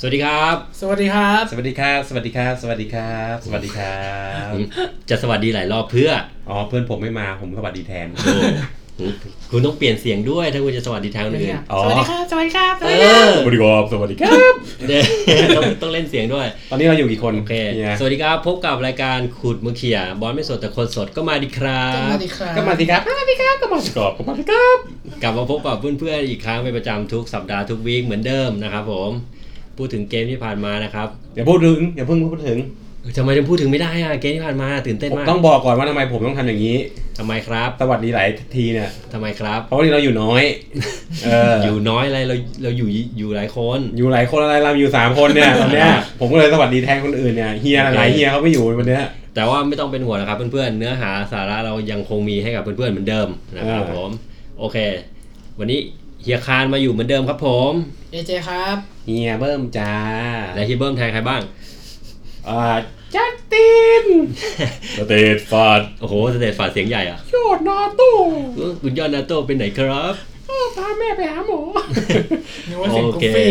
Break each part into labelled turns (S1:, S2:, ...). S1: สวัสดีครับ
S2: สวัสดีครับ
S3: สวัสดีครับ สวัสดีครับ สวัสดีครับ สวัสดีครับ
S1: ผมจะสวัสดีหลายรอบเพื่อ
S3: อ๋อเพื่อนผมไม่มาผมสวัสดีแทน
S1: โอ้คุณคุณต้องเปลี่ยนเสียงด้วยถ้าคุณจะสวัสดีทางอื่น
S3: อ๋อ
S2: สวัสดีครับ สวัสดีครับส
S1: เอ
S2: วัสดีครับ
S1: อ
S3: สวัสดีครับสวัสดีครับ
S1: เดี๋ยวต้องต้องเล่นเสียงด้วย
S3: ตอนนี้เราอยู่กี่คน
S1: โอเค
S3: เนี่ย
S1: สวัสดีครับ พบกับรายการขุดมือเขียบอลไม่สดแต่คนสดก็มาดีครั
S2: สวั
S1: บ
S2: สดีครับ
S3: ก็มาสิครับมาสิครับก็มาสิครับก็มาสิครับ
S1: กลับมาพบกับเพื่อนๆอีกครั้งเป็นประจำทุกสัปดาห์ทุกวีคเหมือนเดิมนะครับผม พูดถึงเกมที่ผ่านมานะครับ
S3: อย่าพูดถึงอย่าเพิ่งพูดถึง
S1: ทำไมถึงพูดถึงไม่ได้อะเกมที่ผ่านมาตื่นเต้น
S3: ผม
S1: มาก
S3: ต้องบอกก่อนว่าทำไมผมต้องทำอย่างนี้
S1: ทำไมครับ
S3: สวัสดีหลายทีเนี่ย
S1: ทำไมครับ
S3: เพราะว่าเราอยู่น้อย เออ
S1: อยู่น้อยอะไรเราเราอยู่อยู่หลายคน
S3: อยู่หลายคนอะไรเราอยู่สามคนเนี่ยตอนเนี้ยผมก็เลยสวัสดีแทนคนอื่นเนี่ยเฮียหลายเฮียเขาไม่อยู่วันเนี้ย
S1: แต่ว่าไม่ต้องเป็นห่วงนะครับเพื่อนๆ เนื้อหาสาระเรายังคงมีให้กับเพื่อนๆ เหมือนเดิมนะครับ
S3: อ่า
S1: ผม โอเค วันนี้เฮียคานมาอยู่เหมือนเดิมครับผม
S2: เอเจครับ
S3: เฮียเบิ่มจ้า
S1: และเฮียเบิ้มแทนใครบ้าง
S3: อ่าจัสตินสเตทฟาด
S1: โอ้โหสเตตฝาดเสียงใหญ่อะ
S3: โยดนอตู้
S1: เอ้อคุณยอดนาโต้เป็นไหนครับ
S3: พาแม่ไปหาหมอ
S2: นิวว่าเสียง
S1: โอ
S2: กุ๊
S1: เค
S2: ฟฟี่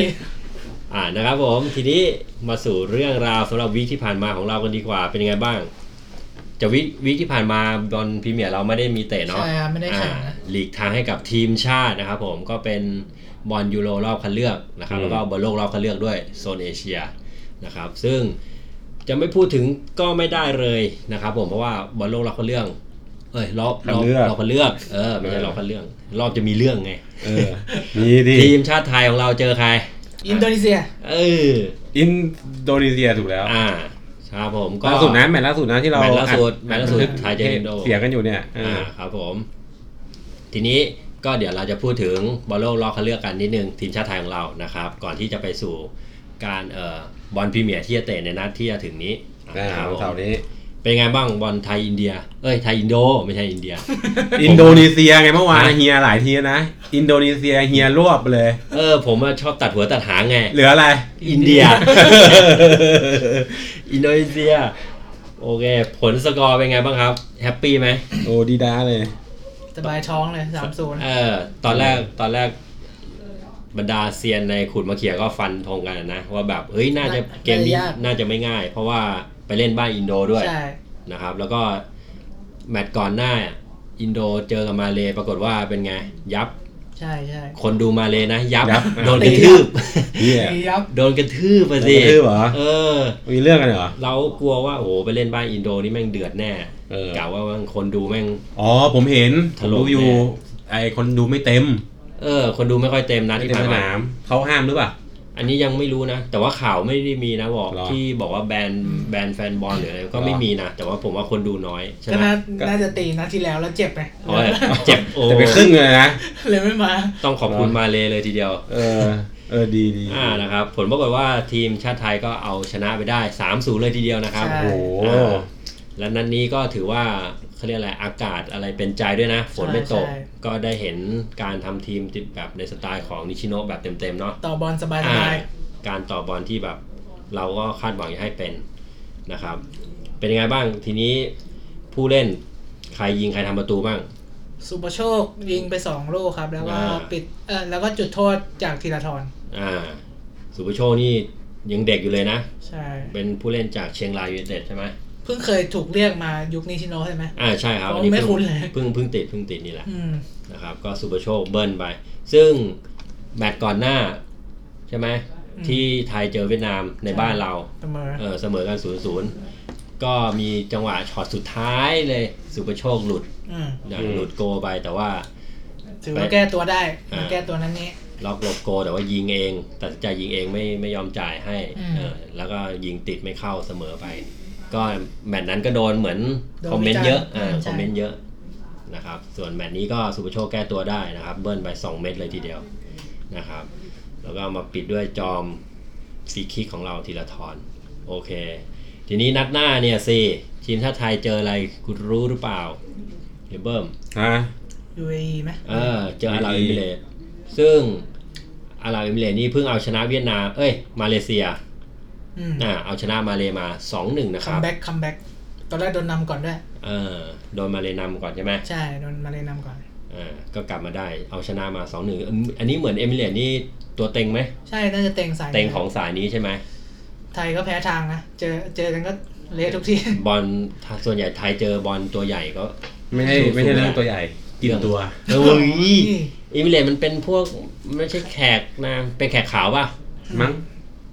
S1: อ่านะครับผม ทีนี้มาสู่เรื่องราวสำหรับวีคที่ผ่านมาของเรากันดีกว่า เป็นยังไงบ้าง จะวีควีคที่ผ่านมาบอลพรีเมียร์เราไม่ได้มีเตะเนาะ
S2: ใช่ครับไม่ได้แข่งนะ
S1: หลีกทางให้กับทีมชาตินะครับผมก็เป็นบอลยูโรรอบคัดเลือกนะครับ
S3: อืม
S1: แล้วก็บอลโลกรอบคัดเลือกด้วยโซนเอเชียนะครับซึ่งจะไม่พูดถึงก็ไม่ได้เลยนะครับผมเพราะว่าบอลโลกรอบคัดเลือกเอ้ยรอบรอบรอบคัดเลือกเออไม่ใช่รอบคัดเลือกรอบจะมีเรื่องไง
S3: เออ มีดิ
S1: ทีมชาติไทยของเราเจอใคร
S2: อินโดนีเซีย
S1: เออ
S3: อินโดนีเซียถูกแล้ว
S1: อ่าครับผมก็
S3: ล่าสุดนะแมตช์ล่าสุดนะที่เรา
S1: แมตช์ล่าสุด
S3: อั
S1: แมตช์ล่าสุด
S3: อั
S1: ไทยเจออินโด
S3: เสียงกันอยู่เนี่ยเอ
S1: อ่า
S3: อ
S1: ครับผม ทีนี้ก็เดี๋ยวเราจะพูดถึงบอลโลกรอบคัดเลือกกันนิดนึงทีมชาติไทยของเรานะครับ ก่อนที่จะไปสู่การเอ่อบอลพรีเมียร์ที่จะเตะในนัดที่จะถึงนี้
S3: อ่า
S1: นะครับ
S3: วัน
S1: ผ
S3: เสามร์นี้
S1: เป็นไงบ้างบอลไทยอินเดีย เอ้ยไทยอินโด ไม่ใช่อินเดีย
S3: อินโดนีเซียไงเมื่อวานเฮียหลายทีนะ อินโดนีเซียเฮียรวบเลย
S1: เออ ผมอะชอบตัดหัวตัดหางไง
S3: เหลืออะไร
S1: อินเดี ย อินโดนีเซีย โอเค ผลสกอร์เป็นไงบ้างครับ แฮปปี้ไหม
S3: โอ้ดีด้าเลย
S2: สบายท้องเลยสามศูนย์
S1: เออตอนแรกตอนแรกบรรดาเซียนในขุดมะเขียก็ฟันธงกันนะ ว่าแบบเฮ้ยน่าจะเกมนี้น่าจะไม่ง่าย เพราะว่าไปเล่นบ้านอินโดด้วย
S2: ใช่
S1: นะครับ แล้วก็แมตช์ก่อนหน้า อินโดเจอกับมาเลปรากฏว่าเป็นไง ยับ
S2: ใช่ใช่
S1: คนดูมาเลนะ ยับ
S3: ยับ
S1: โดนกระทืบ
S3: เฮีย
S2: ดีครับ
S1: โดนกระทืบไปสิ
S3: โดนกระทืบเหรอ
S1: เออ
S3: มีเรื่องกันเหรอ
S1: เรากลัวว่าโอ้โหไปเล่นบ้านอินโดนี่แม่งเดือดแน่
S3: เออ
S1: กล่าวว่าคนดูแม่ง
S3: อ๋อผมเห็น
S1: ถล่ม
S3: ดูอยู่
S1: แน่
S3: ไอคนดูไม่เต็ม
S1: เออ คนดูไม่ค่อยเต็มนะ
S3: ไม่
S1: ที่
S3: เต็
S1: ผ่า
S3: ม
S1: น
S3: ส
S1: มา
S3: นามเขาห้ามหรือเปล่า
S1: อันนี้ยังไม่รู้นะ แต่ว่าข่าวไม่ได้มีนะบอก
S3: หรอ
S1: ที่บอกว่าแบนแบนแฟนบอลหรืออะไรก็ไม่มีนะ แต่ว่าผมว่าคนดูน้อยใช่
S2: ก็
S1: ไหม
S2: น่าน่าจะตีนัดที่แล้วแล้วเจ็บไหม
S1: โอ้ยเจ็บโอ้
S3: จะไปครึ่งเลยนะ
S2: เลยไม่มา
S1: ต้องขอบคุณมาเลเลยทีเดียว
S3: เออ เออดีดี
S1: อ่านะครับ ผลปรากฏว่าทีมชาติไทยก็เอาชนะไปได้ 3 0 เลยทีเดียวนะครับ
S2: ใช่
S3: โอ้โห
S1: และนั้นนี้ก็ถือว่าเขาเรียกอะไรอากาศอะไรเป็นใจด้วยนะ ฝนไม่ตก
S2: ใช่
S1: ก็ได้เห็นการทำทีมแบบในสไตล์ของนิชิโนะแบบเต็มๆเนาะ
S2: ต่อบอลสบายส
S1: อ่า
S2: บาย
S1: การต่อบอลที่แบบ เราก็คาดหวังจะให้เป็นนะครับ เป็นยังไงบ้างทีนี้ผู้เล่นใครยิงใครทำประตูบ้าง
S2: สุปโชคยิงไปสองลูกครับ แล้วก็
S1: อ่า
S2: ปิดเออแล้วก็จุดโทษจากธีรทร
S1: อ่า สุภโชคนี่ยังเด็กอยู่เลยนะ
S2: ใช่
S1: เป็นผู้เล่นจากเชียงรายยูไนเต็ดใช่ไหม
S2: เพิ่งเคยถูกเรียกมายุคนี้ชิโนใช่ไหม
S1: อ่าใช่ครับ
S2: โอ้
S1: อันนี้
S2: ไม่
S1: เพิ่ง
S2: คุ้นเลย
S1: เพิ่งเพิ่งติดเพิ่งติดนี่แหละ
S2: อืม
S1: นะครับ ก็สุภโชคเบิ้ลไป ซึ่งแมตช์ก่อนหน้าใช่ไหม
S2: อืม
S1: ที่ไทยเจอเวียดนามในบ้านเรา
S2: เสมอ
S1: เออเสมอกันศูนย์ศูนย์ก็มีจังหวะช็อตสุดท้ายเลยสุประโชคหลุด
S2: อืม
S1: นะ
S3: อืม
S1: หลุดโกลไปแต่ว่า
S2: ถือว่าแก้ตัวได้
S1: อ่ามั
S2: มันแก้ตัวนั้นนี้
S1: ล็อกหลบโกลแต่ว่ายิงเอง ตัดสินใจยิงเองไม่ไม่ยอมจ่ายให้
S2: อืม
S1: เออแล้วก็ยิงติดไม่เข้าเสมอไป ก็แมตช์นั้นก็โดนเหมือน
S2: โดน
S1: คอมเมนต์เยอะ
S2: วิจารณ์
S1: อ่าค
S2: ใช่
S1: อมเมนต์เยอะนะครับส่วนแมตช์นี้ก็สุประโชคแก้ตัวได้นะครับ เบิ้ลไป 2 เม็ดเลยทีเดียวนะครับ แล้วก็มาปิดด้วยจอมฟรีคิกของเราทีละทอนโอเค ทีนี้นัดหน้าเนี่ยสิทีมชาติไทยเจออะไรคุณรู้หรือเปล่าเดี๋ยวเบิ้ม
S3: ฮะ
S2: UAE ไหม
S1: เออเจออาราบ
S3: UAE
S1: เอมิเรตส์ซึ่งอาราบเอมิเรตส์นี่เพิ่งเอาชนะเวียดนาม เอ้ย มาเลเซีย
S2: ม
S1: อ่าเอาชนะมาเลมา2-1นะค
S2: คัม
S1: รับ
S2: แบ็กคัมแบ็กตอนแรกโดนนำก่อนด้วย
S1: เออโดนมาเลนำก่อนใช่ไหม
S2: ใช่ โดนมาเลยนำก่อน
S1: อ่าก็กลับมาได้เอาชนะมา 2-1อืมอันนี้เหมือนเอมิเรตนี่ตัวเต็งไหม
S2: ใช่น่าจะเต็งสาย
S1: เต็งของสายนี้ใช่ไหม
S2: ไทยก็แพ้ทางนะ เจอเจอกันก็เละทุกที
S1: บอลส่วนใหญ่ไทยเจอบอลตัวใหญ่ ก็
S3: ไม่ใช่ไม่ใช่เรื่องตัวใหญ่ กินตัว
S1: เฮ้ยอิมิเลตมันเป็นพวกไม่ใช่แขกนะเป็นแขกขาวป่ะ
S3: มั้ง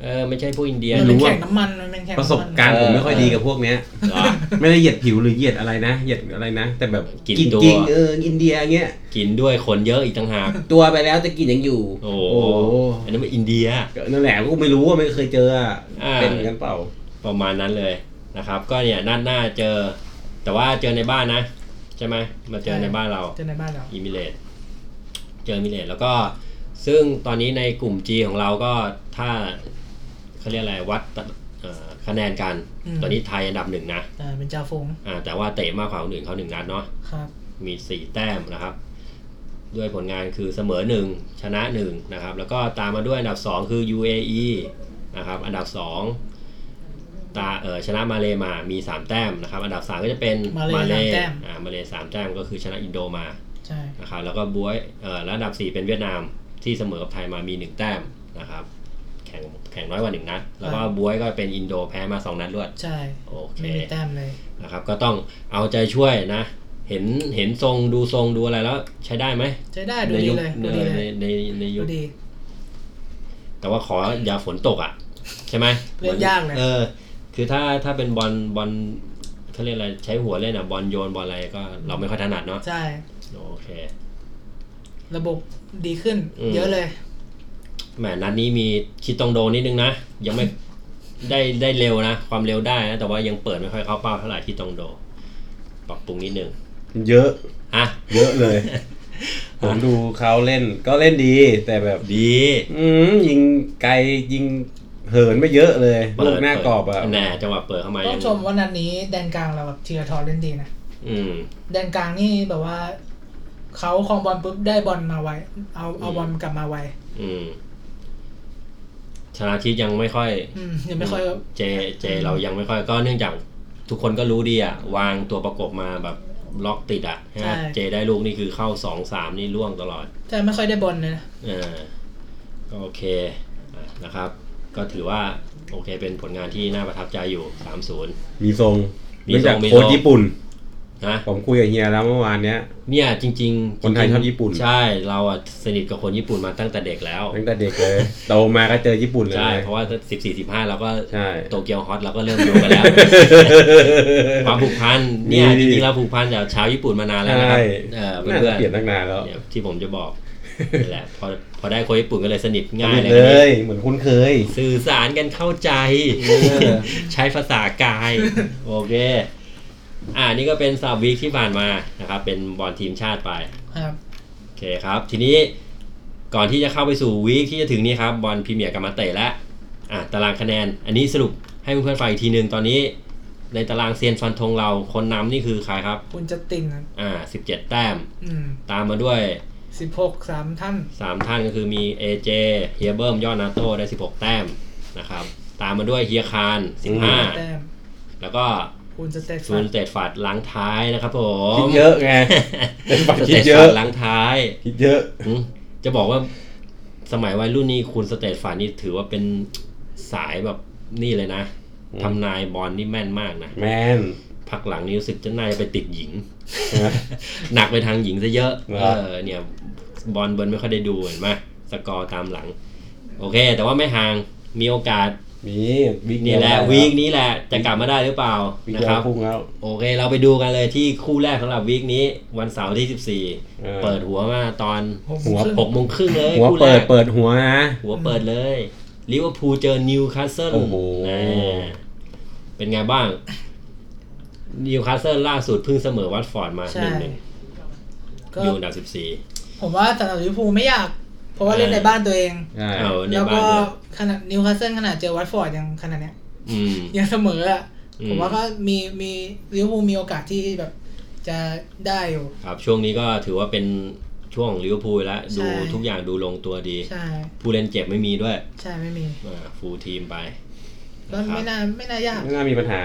S1: เออไม่ใช่พวกอินเดีย
S2: มัน
S1: ห
S2: เป็
S1: รื
S2: น
S1: อ
S3: รู้ะ
S2: แข่งน้ำมันมันเป็นแข่ง
S3: ประ
S2: น้ำมัน
S3: สบการณ์ผมไม่ค่อยดีกับพวกเนี้ย
S1: เหรอ
S3: ไม่ได้เหยียดผิวหรือเหยียดอะไรนะเหยียดอะไรนะ แต่แบบ
S1: กินตัว
S3: กินเอออินเดียเงี้ย
S1: กินด้วยคนเยอะอีกต่างหาก
S3: ตัวไปแล้วแต่กินยังอยู่
S1: โอ้โหอันนั้นมันอินเดีย
S3: ก็นั่นแหละก็ไม่รู้ว่าไม่เคยเจออะ
S1: อ่า
S3: เป็นกันเปล่า
S1: ประมาณนั้นเลยนะครับ ก็เนี่ยนัดหน้าเจอ แต่ว่าเจอในบ้านนะ ใช่ไหมมาเจอในบ้านเรา
S2: เจอในบ้านเรา
S1: อิมิเรตเจออิมิเรตแล้วก็ซึ่งตอนนี้ในกลุ่ม G ของเราก็ถ้าเขาเรียกอะไรวัดเอ่อคะแนนกัน
S2: อืม
S1: ตอนนี้ไทยอันดับหนึ่งนะ
S2: เออเป็นจ่าฝูง
S1: อ่าแต่ว่าเตะมากกว่าคนอื่นเขาหนึ่งนัดเนาะ
S2: ครับ
S1: มีสี่แต้มนะครับ ด้วยผลงานคือเสมอหนึ่งชนะหนึ่งนะครับ แล้วก็ตามมาด้วยอันดับสองคือ UAE นะครับ อันดับสองตาเออชนะมาเลมามีสามแต้มนะครับ อันดับสามก็จะเป็น
S2: มาเลสามแต้ม
S1: อ่ามาเลสามแต้มก็คือชนะอินโดมา
S2: ใช่
S1: นะครับแล้วก็บวยเออแล้วอันดับสี่เป็นเวียดนามที่เสมอกับไทยมามีหนึ่งแต้มนะครับ แข่งแข่งน้อยกว่าหนึ่งนัด แล้วก็บวยก็เป็นอินโดแพ้มาสองนัดรวด
S2: ใช่
S1: โอเค
S2: ไม่มีแต้มเลย
S1: นะครับก็ต้องเอาใจช่วยนะ เห็นเห็นทรงดูทรงดูอะไรแล้วใช้ได้ไหม
S2: ใช้ได้ดู
S1: ใน
S2: ดี
S1: ยุค
S2: เลย
S1: ใน
S2: ดูดีเล
S1: ใน
S2: ย
S1: ในในยุ
S2: ดู
S1: ค
S2: ดี
S1: แต่ว่าขออย่าฝนตกอ่ะ ใช่ไหม
S2: เล่นยากนะ
S1: เออ คือถ้าถ้าเป็นบอลบอลเขาเรียกอะไรใช้หัวเล่นอ่ะบอลโยนบอลอะไรก็เราไม่ค่อยถนัดเนาะ
S2: ใช่
S1: โอเค
S2: ระบบดีขึ้น
S1: อืม
S2: เยอะเลย
S1: แหมนัดนี้มีคิดตรงโดนิดนึงนะ ยังไม่ ได้ได้เร็วนะ ความเร็วได้นะแต่ว่ายังเปิดไม่ค่อยเข้าเป้าเท่าไหร่คิดตรงโด ปรับปรุงนิดนึง
S3: เยอะ
S1: อ่ะ
S3: เยอะ เลย ผมดูเขาเล่นก็เล่นดี แต่แบบ
S1: ดี
S3: อืมยิงไกลยิงเหินไม่เยอะเลยลูกหน้ากรอบอะ
S1: แน่จังหวะเปิดเข้ามา
S2: ต้อ
S1: ยัง
S2: ชมว่านัดนี้แดนกลางเราแบบทีละทรเล่นดีนะ
S1: อืม
S2: แดนกลางนี่แบบว่า เขาครองบอลปุ๊บได้บอลมาไว เอาเอา
S1: อืม
S2: บอลกลับมาไว
S1: อืมชนะทิพย์ยังไม่ค่อย
S2: อืมยังไม่ค่อย
S1: เจเจเรายังไม่ค่อยก็เนื่องจากทุกคนก็รู้ดีอะวางตัวประกบมาแบบล็อกติดอะ
S2: ใช่
S1: ฮะเจได้ลูกนี่คือเข้าสองสามนี่ล่วงตลอด
S2: แต่ไม่ค่อยได้บอลเลยนะ
S1: เออก็โอเคอ่ะนะครับ ก็ถือว่าโอเคเป็นผลงานที่น่าประทับใจอยู่สามศูนย์
S3: มีทรง
S1: มี
S3: เนื่อง
S1: ทร
S3: จาก
S1: งมีทรง
S3: โค้ชญี่ปุ่น
S1: นะ
S3: ผมคุยกับเฮียแล้วเมื่อวานเนี้ย
S1: เนี่ยจริงๆ
S3: คนไทยชอบญี่ปุ่น
S1: ใช่ เราอะสนิทกับคนญี่ปุ่นมาตั้งแต่เด็กแล้ว
S3: ตั้งแต่เด็ก เลยโตมาก็เจอญี่ปุ่นเลย
S1: ใช่
S3: นะ
S1: เพราะว่าสิบสี่สิบห้าเราก็
S3: ใช่
S1: โตเกียวฮอตเราก็เริ่มดูกัน แล้ว ความผูกพันเนี่ย
S3: นี่
S1: จริงๆเราผูกพันกับชาวญี่ปุ่นมานานแล้วนะครั
S3: ใช่
S1: บเออ
S3: น่า
S1: เพื่อน
S3: จะ
S1: ๆ
S3: เปลี่ยนตั้งนานแล้ว
S1: เนี่ยที่ผมจะบอกนี่แหละพอพอได้คนญี่ปุ่นก็เลยสนิทง่าย
S3: เปลี่ยน
S1: เลย
S3: เล
S1: ครับ
S3: ย เหมือนคุ้นเคย
S1: สื่อสารกันเข้าใจ
S3: เออ
S1: ใช้ภาษากาย โอเค อ่านี่ก็เป็นสับวีคที่ผ่านมานะครับ เป็นบอลทีมชาติไป
S2: ครับ
S1: โอเคครับ ทีนี้ก่อนที่จะเข้าไปสู่วีคที่จะถึงนี้ครับบอลพรีเมียร์กลับมาเตะแล้วอ่ะตารางคะแนน อันนี้สรุปให้เพื่อนๆฟังอีกทีหนึ่งตอนนี้ ในตารางเซียนฟันธงเราคนนำนี่คือใครครับ
S2: คุณจะติงนะ
S1: อ่า 17 แต้ม
S2: อืม
S1: ตามมาด้วย
S2: สิบหกสามท่าน
S1: 3 ท่านก็คือมี AJ เฮียเบิร์มยอดนาโต้ได้ 16 แต้มนะครับ ตามมาด้วยเฮียคาร
S2: แต้ม
S1: 15 แล้วก็
S2: คุณจะเตะ
S1: ซูนเตดฟัดล้างท้ายนะครับผม
S3: คิดเยอะ ไง เป็นฝั่งคิดเย
S1: สตด
S3: อะ
S1: ฟัดล้างท้าย
S3: คิดเยอะ
S1: อืมจะบอกว่าสมัยวัยรุ่นนี่คุณสเตทฝันนี่ถือว่าเป็นสายแบบนี่เลยนะ
S3: อืม
S1: ทำนายบอลนี่แม่นมากนะ
S3: แมน
S1: พักหลังนี่รู้สึกจะนายไปติดหญิง หนักไปทางหญิงซะเยอะ
S3: เหรอ
S1: เออเนี่ยบอลเบิร์นไม่ค่อยได้ดูเห็นไหมสกอร์ตามหลัง โอเค แต่ว่าไม่ห่างมีโอกาส
S3: มีวิก
S1: นี่แหละวีคนี้แหละจะกลับมาได้หรือเปล่า
S3: วิก
S1: นะ
S3: เดีย
S1: ครั
S3: ว
S1: บ
S3: พุ่งแล้ว
S1: โอเค เราไปดูกันเลยที่คู่แรกสำหรับวีคนี้ วันเสาร์ที่
S3: เออ
S1: 14 เปิดหัวมาตอน
S2: หก
S3: หัว
S2: ครึ่ง
S1: 6โมงครึ่งเลย
S3: หัว
S1: คู่แร
S3: เปิด
S1: ก
S3: เปิดหัวนะ
S1: หัวเปิดเลยลิเวอร์พูลเจอนิวคาสเซิล
S3: โอ้โห
S1: นะเป็นไงบ้างนิวคาสเซิลล่าสุดเพิ่งเสมอวัตฟอร์ดมา
S2: ใช่
S1: หนึ่งหนึ่ง
S2: ก็
S1: อยู่อันดับสิบสี่
S2: ผมว่าสำหรับลิเวอร์พูลไม่ยาก เพราะว่าเล่นในบ้านตัวเอง
S3: ใช่
S1: เอาใน
S2: แล้ว
S1: บ้าน
S2: ก็
S1: เลย
S2: ขนาดนิวคาสเซิลขนาดเจอวัตฟอร์ดยังขนาดเนี้ย
S1: อืม
S2: ยังเสมออ่ะ
S1: อืม
S2: ผมว่าก็มีมีลิเวอร์พูลมีโอกาสที่แบบจะได้อยู่
S1: ครับช่วงนี้ก็ถือว่าเป็นช่วงของลิเวอร์พูลแล้ว
S2: ใช่
S1: ดูทุกอย่างดูลงตัวดี
S2: ใช่
S1: ผู้เล่นเจ็บไม่มีด้วย
S2: ใช่ไม่มี
S1: ฟูลทีมไป
S2: ก็
S1: นะครับ
S2: ไม่น่าไม่น่ายาก
S3: ไม่น่ามีปัญหา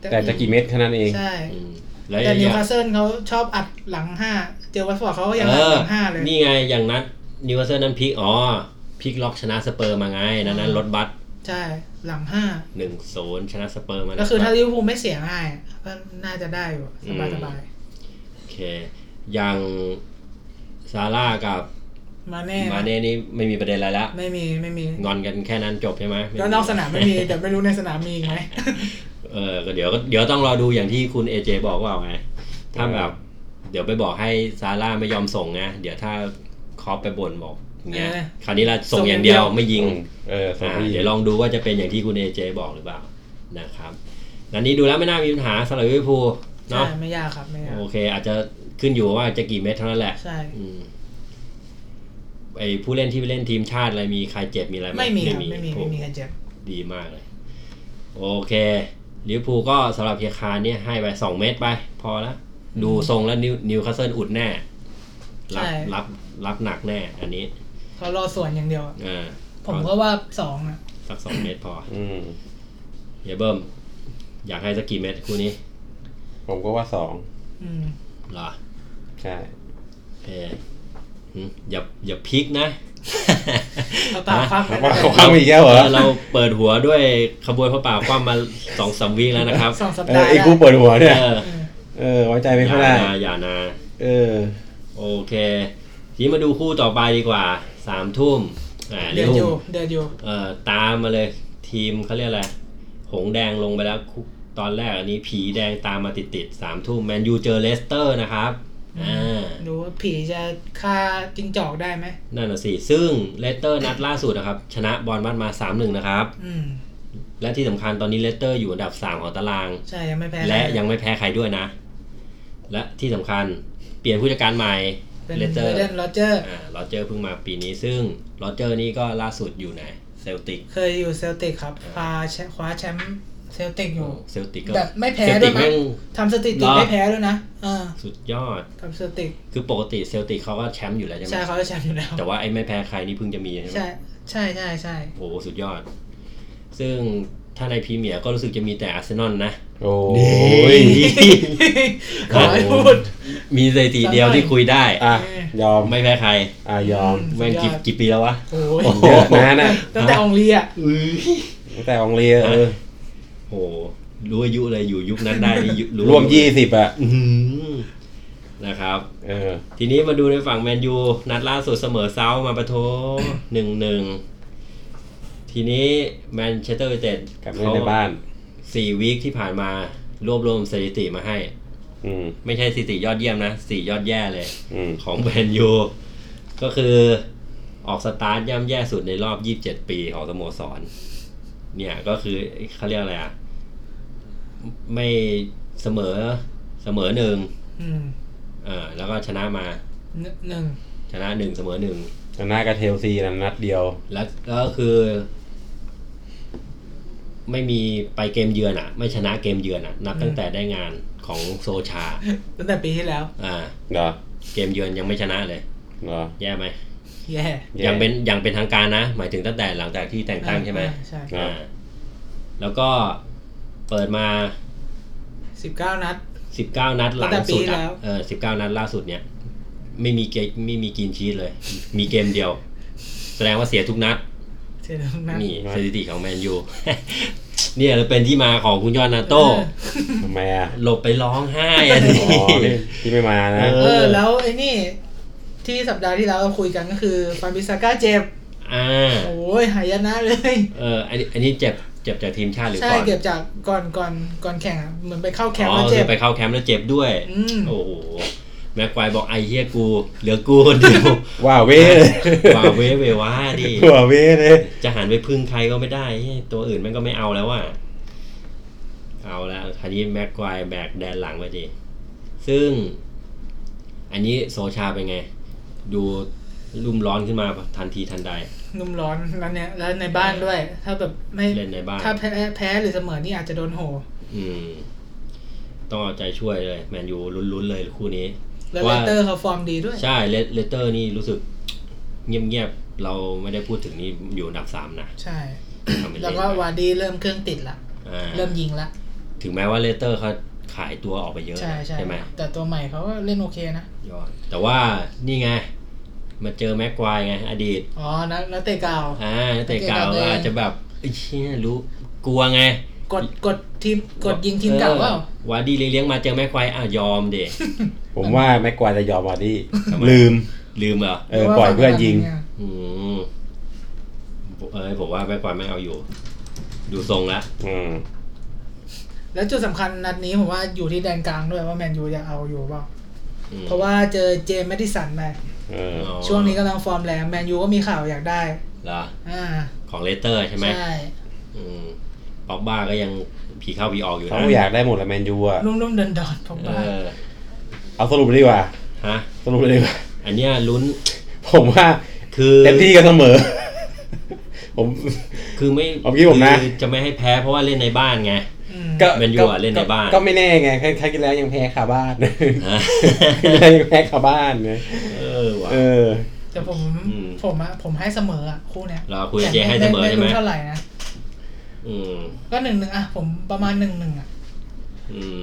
S2: แต่
S3: แต่จะกี่เม็ดแค่นั้นเอง
S2: ใช่
S1: อืมแล้ว
S2: แต่
S1: อีก
S2: นิ
S1: อ
S2: ว
S1: ย่าง
S2: คาสเซิลเขาชอบอัด หลังห้าเจอวัตฟอร์ดเขาก็ยัง
S1: เออ
S2: หลังห้าเลย
S1: นี่ไงอย่างนัดนิวคาสเซิลนั้นพลิกอ๋อพลิกล็อกชนะสเปอร์มาไงนั้นนั้นรถบัส
S2: ใช่หลังห้า
S1: หนึ่งศูนย์ชนะสเปอร์มานะ
S2: ก็คือ
S1: รับ
S2: ถ้าลิเวอร์พูลไม่เสียง่ายอะก็น่าจะได้อยู่
S1: อื
S2: ส
S1: ม
S2: บายสบาย
S1: โอเค อย่างซาร่ากับ
S2: ๆมาแน่
S1: มาเน่นี่ไม่มีประเด็นอะไรละ
S2: ไม่มีไม่มี
S1: งอนกันแค่นั้นจบใช่ไหม
S2: แล้วนอกสนามไม่มีแต่ไม่รู้ในสนามมีอีกไหม
S1: เออก็เดี๋ยวก็เดี๋ยวต้องรอดูอย่างที่คุณเอเจบอกว่าไง ถ้าแบบ เดี๋ยวไปบอกให้ซาร่าไม่ยอมส่งนะเดี๋ยวถ้าคอปไปบ่นบอกเงี้ย
S2: เออ
S1: คราวนี้ละส่
S2: ส่
S1: ง
S2: งอย่
S1: อา
S2: ย่าง งเดี
S1: เดีย
S2: ยว ว
S1: ไม่ยิง
S3: เออสอง
S1: อ่า
S3: พี่
S1: เดี๋ยวลองดูว่าจะเป็นอย่างที่คุณเอเจบอกหรือเปล่านะครับนันนี้ดูแล้วไม่น่ามีปัญหาสำหรับลิเวอร์พูล
S2: ใช่
S1: เนาะ
S2: ไม่ยากครับไม่ยาก
S1: โอเค อาจจะขึ้นอยู่ว่าจะกี่เม็ดเท่านั้นแหละ
S2: ใช่
S1: อืมไอผู้เล่นที่ไปเล่นทีมชาติอะไรมีใครเจ็บมีอะไรห
S2: ไม่มีครับไม่มีไม่มีใครเจ็บ
S1: ดีมากเลย โอเคลิเวอร์พูลก็สำหรับเพียคานเนี่ยให้ไปสองเม็ดไป พอละดูทรงแล้วนิวนิวคาสเซิลอุดแน่รับรับรับหนักแน่ อันนี้
S2: เขารอส่วนอย่างเดียวอะ
S1: อ่า
S2: ผมก็ว่าสองนะ
S1: สักสองเม็ดพอ
S3: อืม
S1: เฮียเบิ้มอยากให้สักกี่เม็ดคู่นี้
S3: ผมก็ว่าสอง
S2: อืม
S1: เหรอ
S3: ใช่
S1: เออหึอย่าอย่าพลิกนะ
S2: เอาปากคว่ำ
S1: ฮะ
S3: ว่าเขาเข้ามาอีกแล้วเหรอ
S1: เออเราเปิดหัวด้วยขบวนพระป่าคว่ำมาสองสามวิแล้วนะครับ
S2: สองสัป
S3: เอ
S2: ดา
S3: อ
S2: ห์
S3: ไอ้กูเปิดหัวเนี่ย
S1: เออ
S2: เออ
S3: เออ ไว้ใจไม่
S1: อ
S3: ค่
S1: ย่า
S3: อยได้
S1: นาอย่านา
S3: เออ
S1: โอเค ทีนี้มาดูคู่ต่อไปดีกว่าสามทุ่มอ่า
S2: เดือด
S1: ว
S2: อยู่เดือดอยู่
S1: เอ่อตามมาเลยทีมเขาเรียกอะไร หงส์แดงลงไปแล้วคู่ตอนแรกอันนี้ผีแดงตามมาติดๆสามทุ่มแมนยูเจอเลสเตอร์นะครับอ่า
S2: ดูว่าผีจะฆ่าจิงจอกได้ไหม
S1: นั่นน่ะสิ ซึ่งเลสเตอร์นัดล่าสุดนะครับ ชนะบอลมัดมา 3-1 นะครับ
S2: อืม
S1: และที่สำคัญตอนนี้เลสเตอร์อยู่อันดับ 3 ของตาราง
S2: ใช่ยังไม่แพ้
S1: และยังไม่แพ้ใครด้วยนะ และที่สำคัญเปลี่ยนผู้จัดการใหม่
S2: เป็น
S1: เลส
S2: เด
S1: เตอร์
S2: นโรเจอร์
S1: อ่าโรเจอร์เพิ่งมาปีนี้ ซึ่งโรเจอร์นี่ก็ล่าสุดอยู่ไหนเซลติก
S2: เคยอยู่เซลติกครับ พาแชคว้าแชมป์เซลติกอยู่
S1: เซลติกก็
S2: แบบไม่แพ้
S1: เซล
S2: ด้
S1: ติ
S2: ว
S1: ก
S2: ยมั้
S1: แม่
S2: ย
S1: ง
S2: ทำสถิติ
S1: เหรอ
S2: ไม่แพ้ด้วยนะเออ
S1: สุดยอด
S2: กับเซลติก
S1: คือปกติเซลติกเขาก็แชมป์อยู่แล้วใช่ไหม
S2: ใช่เขาจะแชมป์อยู่แล้ว
S1: แต่ว่าไอ้ไม่แพ้ใครนี่เพิ่งจะมีใช่ไหม
S2: ใช่ ใช่ใช่ใช่
S1: โอ้โหสุดยอด ซึ่งถ้าในพรีเมียร์ก็รู้สึกจะมีแต่อาร์เซนอลนะ
S3: โอ้ย
S2: ขอให้พูด
S1: มีสถิติเดียวที่คุยได้
S3: อ่ะ ยอม
S1: ไม่แพ้ใคร
S3: อ่ะ ยอม
S2: สุดยอด
S1: แม่งกี่กี่ปีแล้ววะ
S2: โอ้ย
S1: โอ้โห
S3: เยอะนะน่ะ
S2: ตั้งแต่องลีอ่ะ
S3: ตั้งแต่ของเรียเออ
S1: โอ้โหรู้อายุเลยอยู่ยุค นั้นได้นี่ยุ
S3: รวมยี่สิบอ่ะ
S1: อื้อหือนะครับ
S3: เออ
S1: ทีนี้มาดูในฝั่งแมนยูนัดล่าสุดเสมอเซาท์มาประโทหนึ่งหนึ่งทีนี้แมนเชสเตอร์ยูไนเต็ด
S3: กลับเล่นในบ้าน
S1: สี่วีคที่ผ่านมารวบรวมสถิติมาให้
S3: อืม
S1: ไม่ใช่สถิติยอดเยี่ยมนะสี่ยอดแย่เลย
S3: อืม
S1: ของแมนยูก็คือออกสตาร์ทย่ำแย่สุดในรอบ 27 ปีของสโมสร เนี่ยก็คือเขาเรียกอะไรอ่ะ ไม่เสมอเสมอหนึ่ง
S2: อืม
S1: เออแล้วก็ชนะมา
S2: หนึ่ง
S1: ชนะหนึ่งเสมอหนึ่ง
S3: ชนะกับเทลซีนะนัดเดียว
S1: แล้วก็คือ ไม่มีไปเกมเยือนอ่ะ ไม่ชนะเกมเยือนอ่ะ นับตั้งแต่ได้งานของโซชา
S2: ตั้งแต่ปีที่แล้ว
S1: อ่า
S3: เหรอ
S1: เกมเยือนยังไม่ชนะเลย
S3: เหรอ
S1: แย่ไหม
S2: แย่
S3: แย่
S1: อย่างเป็นอย่างเป็นทางการนะ หมายถึงตั้งแต่หลังจากที่แต่งตั้งใช่ไหม
S2: อ่าใช่
S1: อ่าแล้วก็เปิดมา
S2: สิบเก้านัด
S1: 19 นัดหลัง
S2: ตั้งแต่ปี
S1: สุด
S2: แล้
S1: อะ
S2: ว
S1: เออ19 นัดล่าสุดเนี่ย ไม่มีเกมไม่มีกินชีสเลย มีเกมเดียว แสดงว่าเสียทุกนัด
S2: เสียดายนัด
S1: นี่สถิติของแมนยู เนี่ยเป็นที่มาของคุณยอดนาโต้
S2: เออ
S3: ทำไมอ่ะ
S1: หลบไปร้องไห้อะดิ
S3: อ๋อที่ที่ไม่มานะ
S1: เออ
S2: เออแล้วไอ้นี่ ที่สัปดาห์ที่แล้วเราคุยกันก็คือฟานบิสซาก้าเจ็บ
S1: อ่า
S2: โอ้ยหายนะเลย
S1: เอออันนี้อันนี้เจ็บเจ็บจากทีมชาติหรือ
S2: ใช่
S1: ก่อน
S2: เก็บจากก่อนก่อนก่อนแข่งอะเหมือนไปเข้าแคม
S1: อ๋อ
S2: ป์แล้ว
S1: คื
S2: เจ็บ
S1: อไปเข้าแคมป์แล้วเจ็บด้วย
S2: อืม
S1: โอ้โห แม็กควายบอกไอเฮียกู เหลือกูคนเดียว
S3: ว่าเว้ย
S1: ว่าเว้เวว่าดิ
S3: ว่าเว้ยเลย
S1: จะหันไปพึ่งใครก็ไม่ได้เฮ้ยตัวอื่นมันก็ไม่เอาแล้วอ่ะ เอาแล้วคราวนี้แม็กควายแบกแดนหลังไปดิ ซึ่ง อันนี้โซชาเป็นไง ดูรุ่มร้อนขึ้นมาทันทีทันใด
S2: นุ่มร้อนแล้วเนี่ยแล้วในบ้านด้วย ถ้าแบบไม่
S1: เล่นในบ้าน
S2: ถ้าแพ้แพ้หรือเสมอนี่อาจจะโดนโห
S1: อืม ต้องเอาใจช่วยเลยแมนยูลุ้นๆเลยคู่นี้
S2: แล้ว
S1: พ
S2: เล
S1: ราะา
S2: สเตอร์เขาฟอร์มดีด้วย
S1: ใช่เลเลเตอร์นี่รู้สึกเงียบๆ เราไม่ได้พูดถึงนี่อยู่อันดับสามนะ
S2: ใช่
S1: ทำเป็นเน
S2: แล้วก็
S1: ไป
S2: วาร์ดีเริ่มเครื่องติดละ
S1: อ่า
S2: เริ่มยิงละ
S1: ถึงแม้ว่าเลเตอร์เขา ขายตัวออกไปเยอะ
S2: ใช่ใช่
S1: ไหม
S2: แต่ตัวใหม่เขาก็เล่นโอเคนะ
S1: ยอดแต่ว่านี่ไง มาเจอแม็กควายไง อดีต
S2: อ๋อนักนักเตะเก่า
S1: อ่านักเตะเก่า
S2: นักเตะเก่า
S1: อาจจะแบบไอ้เชี่ยรู้กลัวไง
S2: กดกดทีมกดยิงทีมเก่าเปล่า
S1: ออวาร์ดีเลี้ยงมาเจอแม็กควายอ่ะยอมเด็
S3: ผมว่าแม็กควายจะยอมบอดี้
S1: ทำไม
S3: ลืม
S1: ลืมเหรอ
S3: เออปล่อยเพื่อนยิง
S1: อืมเอ้ยผมว่าแม็กควายไม่เอาอยู่ ดูทรงละ
S3: อืม
S2: แล้วจุดสำคัญนัดนี้ผมว่าอยู่ที่แดนกลางด้วยว่าแมนยูจะเอาอยู่เปล่า
S1: อืม
S2: เพราะว่าเจอเจมส์แมดดิสันไป
S3: เออ
S1: อ๋อ
S2: ช่วงนี้กำลังฟอร์มแรงแมนยูก็มีข่าวอยากได้
S1: เหรอ
S2: อ่า
S1: ของเลสเตอร์ใช่ไหม
S2: ใช่
S1: อืมป๊อบบ้าก็ยังผีเข้าผีออกอยู่
S3: เขา
S1: นะ
S3: อยากได้หมดแหละแมนยูอะ
S2: รุ่มๆเดินดอนผม
S1: เอ
S2: ว่า
S1: อ
S3: เอาสรุปเลยดีกว่า
S1: ฮะ
S3: สรุปเลยดีกว่า
S1: อันเนี้ยลุ้น
S3: ผมว่า
S1: คือ
S3: เต็มที่กันเสมอ ผม
S1: คือไม่
S3: เอางี้ผมนะ
S1: คือจะไม่ให้แพ้เพราะว่าเล่นในบ้านไง
S2: อืม
S1: แมนยูอะเล่นในบ้าน
S3: ก็ไม่แน่ไงครั้งที่แล้วยังแพ้คาบ้าน
S1: ฮะ
S3: ยังแพ้คาบ้านเนี่ย
S1: เออว่ะ
S3: เออ
S2: แต่ผม
S1: อืม
S2: ผมอะผมให้เสมออะคู่เนี้ย
S1: เราคุยกับเจให้เสมอใช่ไหม
S2: รู้เท่าไหร่นะ
S1: อืม
S2: ก็หนึ่งหนึ่งอะผมประมาณหนึ่งหนึ่งอะ
S1: อืม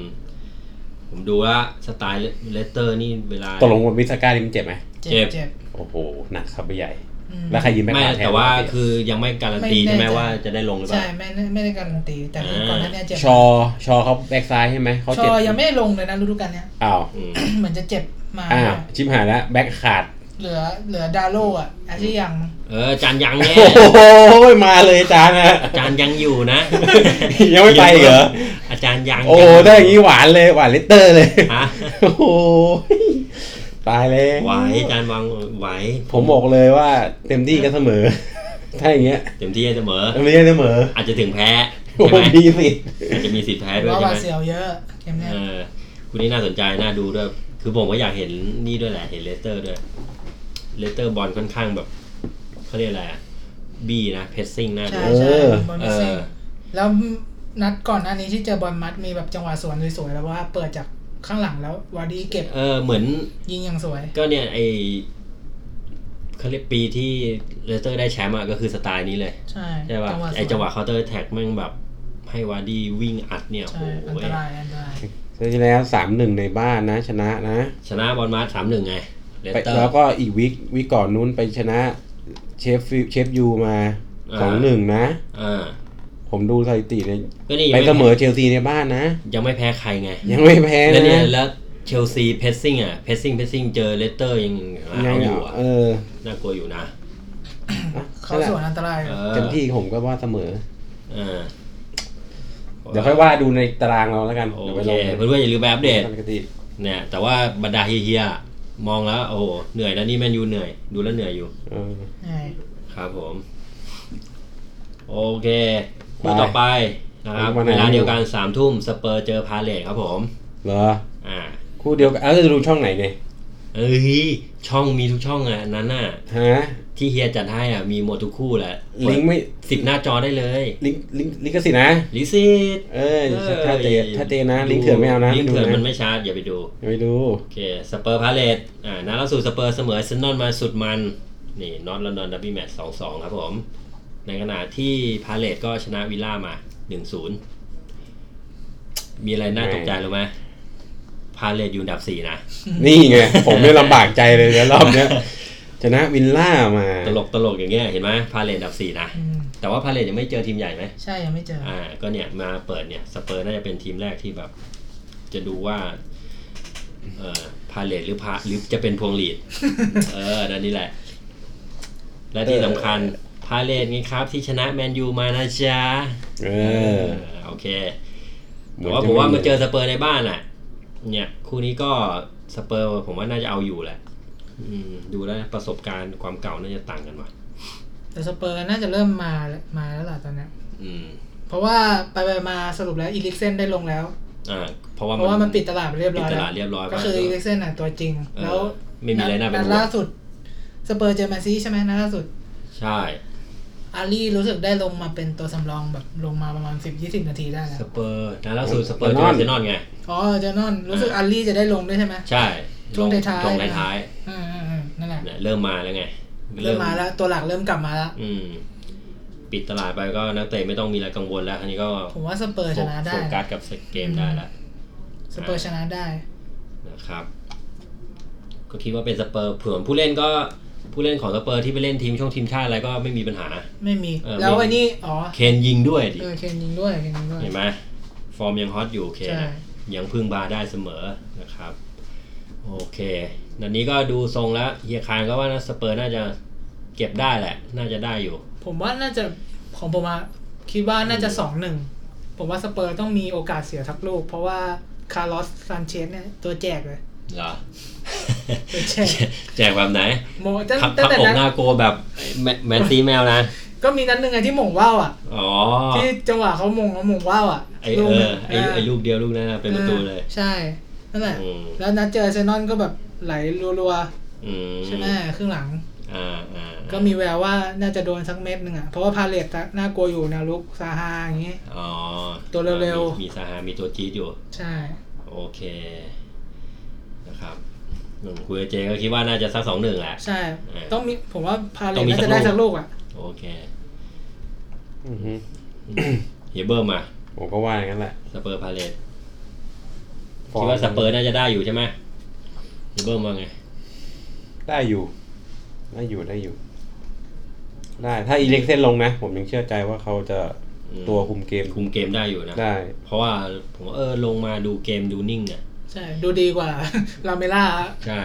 S1: ผมดูว่าสไตล์เลสเตอร์นี่เวลา
S3: ตกลงวันวิสก้านี่มันเจ็บไหม
S2: เจ็
S1: เจ็
S2: บบ เจ็บ
S3: โอ้โหหนักครับไปใหญ่
S2: อืม
S3: แล้วใครยิงแบ็ค
S1: ไม่
S3: ขวาแทน
S1: แต่ว่าคือยังไม่การันตี
S2: ไม่แน่
S1: ใช่ไหม
S2: ใจ
S1: ว่าจะได้ลงหรือเป
S2: ใช่
S1: ล่า
S2: ไม่ได้ไม่ได้การันตี แต่คือก่อนหน้าเนี้ยเจ็บ
S3: ชอชอเขาแบ็คซ้ายใช่ไหมเขา
S2: ช
S3: เจ็บ
S2: อยังไม่ได้ลงเลยนะฤดูกาลเนี้ย
S3: อ้าว
S1: อืม
S2: เหมือนจะเจ็บมา
S3: อ้าวชิมหายแล้วแบ็คขาด
S2: เหลือเหลือดาโลอะอาชีพยัง
S1: เออจานยังแน่
S3: โอ้โหมาเลยอาจาน นะ
S1: จานยังอยู่นะ
S3: ยังไม่ไปอีกเหรอ
S1: อาจารย์ยัง
S3: โอ้โหได้อย่างนี้หวานเลยหวานเลตเตอร์เลย
S1: ฮะ
S3: โอ้โหตายแล้ว
S1: ไหวอาจารย์วางไหว
S3: ผมบอกเลยว่าเต็มที่กันเสมอ ถ้าอย่างเงี้ย
S1: เต็มที่เสมอ
S3: เต็มที่กันเสมอ
S1: อาจจะถึงแพ้
S3: โอ้
S1: ใช่ไหม
S3: ดีสิ
S1: อาจจะมีสิทธิ์แพ้ด้วย
S2: ว่า
S1: ใช่
S2: บา
S1: ไหม
S2: เซียวเยอะเกมเนี้ย
S1: เออคุณนี่น่าสนใจน่าดูด้วย คือผมก็อยากเห็นนี่ด้วยแหละเห็นเลสเตอร์ด้วยเลสเตอร์บอลค่อนข้างแบบเขาเรียกอะไรอะบี้นะเพสซิ่งน่าดู
S2: ใช่ใช่บอล
S1: เอ
S2: มิส
S1: อ
S2: ซิ่งแล้วนัดก่อนหน้านี้ที่เจอบอลมัดมีแบบจังหวะสวนสวยๆแล้วว่าเปิดจากข้างหลังแล้ววาร์ดีเก็บ
S1: เออเหมือน
S2: ยิงอย่างสวย
S1: ก็เนี่ยไอเขาเรียกปีที่เลสเตอร์ได้แชมป์อะก็คือสไตล์นี้เลย
S2: ใช่
S1: ใช่ป่ะ
S2: สวย
S1: ไอจังหวะเคาน์เตอร์แท็กแม่งแบบให้วาร์ดี้วิ่งอัดเนี่ยโอ้
S2: ใช่
S1: โห
S2: อันตรายอันตราย
S3: เซอที่แล้วสามหนึ่งในบ้านนะ ชนะนะ
S1: ชนะบอลมาสามหนึ่งไงเลส
S3: ไป
S1: เตอร์
S3: แล้วก็อีกวิกวิกก่อนนู้นไปชนะเชฟฟิลเชฟยูมา
S1: อ่า
S3: สองหนึ่งนะ
S1: อ่า
S3: ผมดูสถิติเลย
S1: ก็นี่
S3: ไป
S1: ยัง
S3: เสม
S1: ไม่
S3: อเชลซีในบ้านนะ
S1: ยังไม่แพ้ใครไง
S3: ยังไม่แพ้
S1: แล้วเนี่ย
S3: นะ
S1: แล้วเชลซีเพสซิ่งอะเพสซิ่งเพสซิ่งเจอเลสเตอร์ยัง
S3: ยั
S1: เอา
S3: ง
S1: อยู่อะ
S3: เออ
S1: น่ากลัวอยู่นะ
S3: อ่ะ
S2: เขาสวนอันตราย
S1: เออ
S3: เต็มที่ผมก็ว่าเสมอ
S1: อ่า
S3: เดี๋ยวค่อยว่าดูในตารางเราแล้วกัน
S1: โอ
S3: เดี๋ยวไป
S1: เค
S3: ลง
S1: เพื่อนๆอย่าลืมไปอัปเดต
S3: ปกติ
S1: เนี่ยแต่ว่าบรรดาเฮียๆมองแล้วโอ้โหเหนื่อยนะนี่แมนยูเหนื่อย ดูแล้วเหนื่อยอยู่
S3: เออ
S2: ใช่
S1: ครับผม โอเคคู่ต่อไปนะครับ
S3: วันไหน
S1: เวลาเดียวกันสามทุ่มสเปอร์เจอพาเลทครับผม
S3: เหรอ
S1: อ่า
S3: คู่เดียวกันเออจะดูช่องไหนเนี่ย
S1: เอ้ยช่องมีทุกช่องอ่ะอันนั้นน่ะ
S3: ฮะ
S1: ที่เฮียจัดให้อ่ะมีหมดทุกคู่แหละ
S3: ลิงก์ไม่
S1: สิบหน้าจอได้เลย
S3: ลิงก์ลิงก์ลิงก์กสิทธิ์นะ
S1: ลิซิต
S3: เออถ้าเตถ้าเตนะ ลิงก์เถื่อนไม่เอานะ
S1: ลิงก์เถื่อนมัน
S3: ไม่
S1: ไม่ชาร์จอย่าไปดู
S3: อย่าไป ดู
S1: โอเค สเปอร์พาเลตอ่านัดล่าสุดสเปอร์เสมอเซนนอนมาสุดมัน นี่นอตลอนดอนดับบี้แมตช์สองสองครับผม ในขณะที่พาเลตก็ชนะวิลล่ามาหนึ่งศูนย์มีอะไรน่าตกใจหรือไหมพาเลตอยู่อันดับสี่นะ
S3: นี่ไง ผมเนี่ยลำบากใจเลยนะรอบเนี้ย ชนะวินล่ามา
S1: ตลกตลกอย่างเงี้ยเห็นไหมพาเลตอันดับสี่นะ
S2: อืม
S1: แต่ว่าพาเลตยังไม่เจอทีมใหญ่ไหม
S2: ใช่ยังไม่เจอ
S1: อ่า ก็เนี่ยมาเปิดเนี่ยสเปอร์น่าจะเป็นทีมแรกที่แบบ จะดูว่าเออพาเลตหรือพาหรือจะเป็นพวง หลีด เออนั่นนี่แหละ และที่สำคัญพาเลตไงครับ ที่ชนะแมนยูมานะจ๊ะ
S3: เอ
S1: เอ
S3: อ
S1: อโอเคแต่ว่าผมว่ามาเจอสเปอร์ในบ้านอ่ะ เนี่ย คู่นี้ก็สเปอร์ผมว่าน่าจะเอาอยู่แหละ อืม ดูแล้วประสบการณ์ความเก่าน่าจะต่างกันว่ะ
S2: แต่สเปอร์น่าจะเริ่มมาแล้วมาแล้วล่ะตอนเนี้ย
S1: อืม
S2: เพราะว่าไปไปมาสรุปแล้วอีลิกเซนได้ลงแล้ว
S1: อ่า เพราะว่า
S2: เพราะว่ามันปิดตลาดไปเรียบ
S1: ปิด
S2: ร้อ
S1: ต
S2: ยแล้
S1: ลาว ดเรียบร้อยไป
S2: ก็คืออีลิกเซนน่ะตัวจริง
S1: เออ
S2: แล้ว
S1: ไม่มีอะไรน่าเป็นห่วง
S2: ดล่าสุดสเปอร์เจอแมนซีใช่ไหมนัดล่าสุด
S1: ใช่
S2: อารีรู้สึกได้ลงมาเป็นตัวสำรองแบบลงมาประมาณ 10-20 นาทีได้แล้
S1: ส
S2: ว
S1: เปอร์นัดล่าสุดสเปอร์เจออาร์เซนอลไง
S2: อ๋อเจอนอนรู้สึกอารีจะได้ลงด้วยใช่ไหม
S1: ใช่
S2: ช่วง
S1: ล
S2: ท้ายๆ
S1: ช่วงท้าย
S2: อืมอืมอืมนั่นแหละ
S1: ๆเนี่ยเริ่มมาแล้วไง
S2: เริ่มมาแล้วตัวหลักเริ่มกลับมาแล้ว
S1: อืม ปิดตลาดไปก็นักเตะไม่ต้องมีอะไรกังวลแล้วคราวนี้ก็
S2: ผมว่าสเปอร์ชนะได้
S1: โฟกัสกับเกมได้ละ
S2: สเปอร์ชนะได้
S1: นะครับ ก็คิดว่าเป็นสเปอร์เผื่อผู้เล่นก็ผู้เล่นของสเปอร์ที่ไปเล่นทีมช่วงทีมชาติอะไรก็ไม่มีปัญหา
S2: ไม่มี
S1: เออ
S2: แล้ว
S1: ไม่มี
S2: ไอ้นี่อ๋อ
S1: เคนยิงด้วยดิ
S2: เออเคนยิงด้วยเคนยิงด้วย
S1: เห็นไหมฟอร์มยังฮอตอยู่โอเค
S2: ใช่
S1: นะยังพึ่งบาร์ได้เสมอนะครับ โอเคนันนี้ก็ดูทรงแล้วเฮียคานก็ว่านะสเปอร์น่าจะเก็บได้แหละ น่าจะได้อยู่
S2: ผมว่าน่าจะของผมอะคิดว่าน่าจะสองหนึ่งผมว่าสเปอร์ต้องมีโอกาสเสียทักลูก เพราะว่าคาร์ลอสซานเชสเนี่ยตัวแจกเลย
S1: เหรอ
S2: แจก
S1: แจกแบบไหน
S2: โมตั้ง
S1: ทับ
S2: ตั้
S1: ทับ
S2: งแต่
S1: ผม
S2: นั้น
S1: หน้าโกแบบแมแมนซีแมวนะ
S2: ก็มีนัดหนึ่งไงที่หม่งว่าวอ่ะ
S1: อ๋อ
S2: ที่จังหวะเขาหมงเขาหมงว่าวอ่ะ
S1: ไอเออ
S2: หนึ่ง
S1: ไอไอลูกเดียวลูกนั้นนะเป็นประตูเลย
S2: ออใช่นั่นแหละ
S1: อืม
S2: แล้วนัดเจออาร์เซนอนก็แบบไหลรัว
S1: อืม
S2: ๆใช่ไหมครึ่งหลัง
S1: อ่าอ่า
S2: ก็มีแววว่าน่าจะโดนสักเม็ดหนึ่งอ่ะ เพราะว่าพาเลตอะน่ากลัวอยู่แนวลุกซาฮาอย่างงี้
S1: อ๋อ
S2: ตัวเร็วๆ
S1: มีมีซาฮามีตัวจี๊ดอยู่
S2: ใช่
S1: โอเค นะครับหนุ่มคุยกับเจก็คิดว่าน่าจะสักสองหนึ่งแหละ
S2: ใช่
S1: เออ
S2: ต้องมีผมว่าพาเล
S1: ต้
S2: ต
S1: องมี
S2: น่า
S1: สั
S2: จะ
S1: ก
S2: ได้สัก
S1: ลู
S2: ลู
S1: ก
S2: กอ่ะ
S1: โอ เค
S3: อือฮึ
S1: เฮยเบอร์มา
S3: ผมก็ว่าอย่างนั้นแหละ
S1: สเปอร์พาเลตคิดว่าสเปอร์น่าจะได้อยู่ใช่ไหมเฮยเบอร์มาไง
S3: ได้อยู่ ได้อยู่ได้อยู่ ได้ถ้าอีเล็กเซนลงนะ ผมยังเชื่อใจว่าเขาจะ
S1: อืม
S3: ตัวคุมเกม
S1: คุมเกมได้อยู่นะ
S3: ได้
S1: เพราะว่าผมว่าเออลงมาดูเกมดูนิ่งอ่ะ
S2: ใช่ ดูดีกว่า ลาเมล่าอะ
S1: ใช่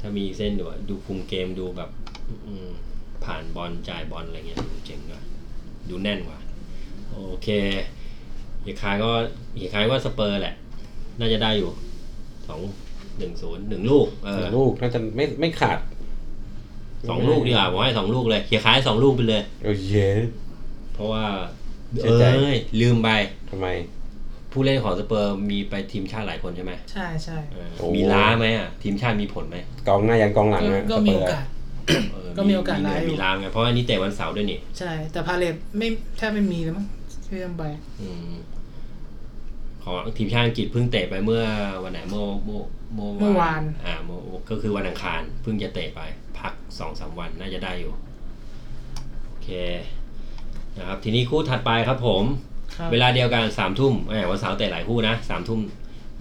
S1: ถ้ามีเส้นดูอะดูคุมเกมดูแบบ อืมผ่านบอลจ่ายบอลอะไรเงี้ยดูเจ๋งกว่าดูแน่นกว่า โอเคเฮียคายก็เฮียคายว่าสเปอร์แหละ น่าจะได้อยู่สองหนึ่งศูนย์หนึ่งลูกเอ
S3: ส
S1: อ
S3: องลูกน่าจะไม่ไม่ขาด
S1: สองลูกดีกว่าผมให้สองลูกเลยเฮียคายให้สองลูกไปเลย
S3: เออเย้
S1: เพราะว่า เอ้ยลืมไป
S3: ทำไม
S1: ผู้เล่นของสเปอร์มีไปทีมชาติหลายคนใช่ไหม
S2: ใช่ใช่
S1: เออ
S3: โอ้
S1: มีล้าไหมอ่ะ ทีมชาติมีผลไหม
S3: กองหน้ายันกองหลัง
S2: ก็
S3: นะ
S2: ก็มีโอกาส
S1: เออ
S2: ก็มีโอกาส
S1: เหนื่ย
S2: ล้าอยู่
S1: มีล้าไงเพราะอันนี้เตะวันเสาร์ด้วยนี่
S2: ใช่ แต่พาเลตไม่แทบไม่มีแล้วมั้งที่ทำไป
S1: อืมของทีมชาติอังกฤษเพิ่งเตะไปเมื่อวันไหนเมื่อเมื่อเมื่อ
S2: เมื่อวาน
S1: อ่าเมื่อก็คือวันอังคารเพิ่งจะเตะไป พักสองสามวันน่าจะได้อยู่ โอเคนะครับ ทีนี้คู่ถัดไปครับผม
S2: ครับ
S1: เวลาเดียวกันสามทุ่มแหมวันเสาร์เตะหลายคู่นะสามทุ่ม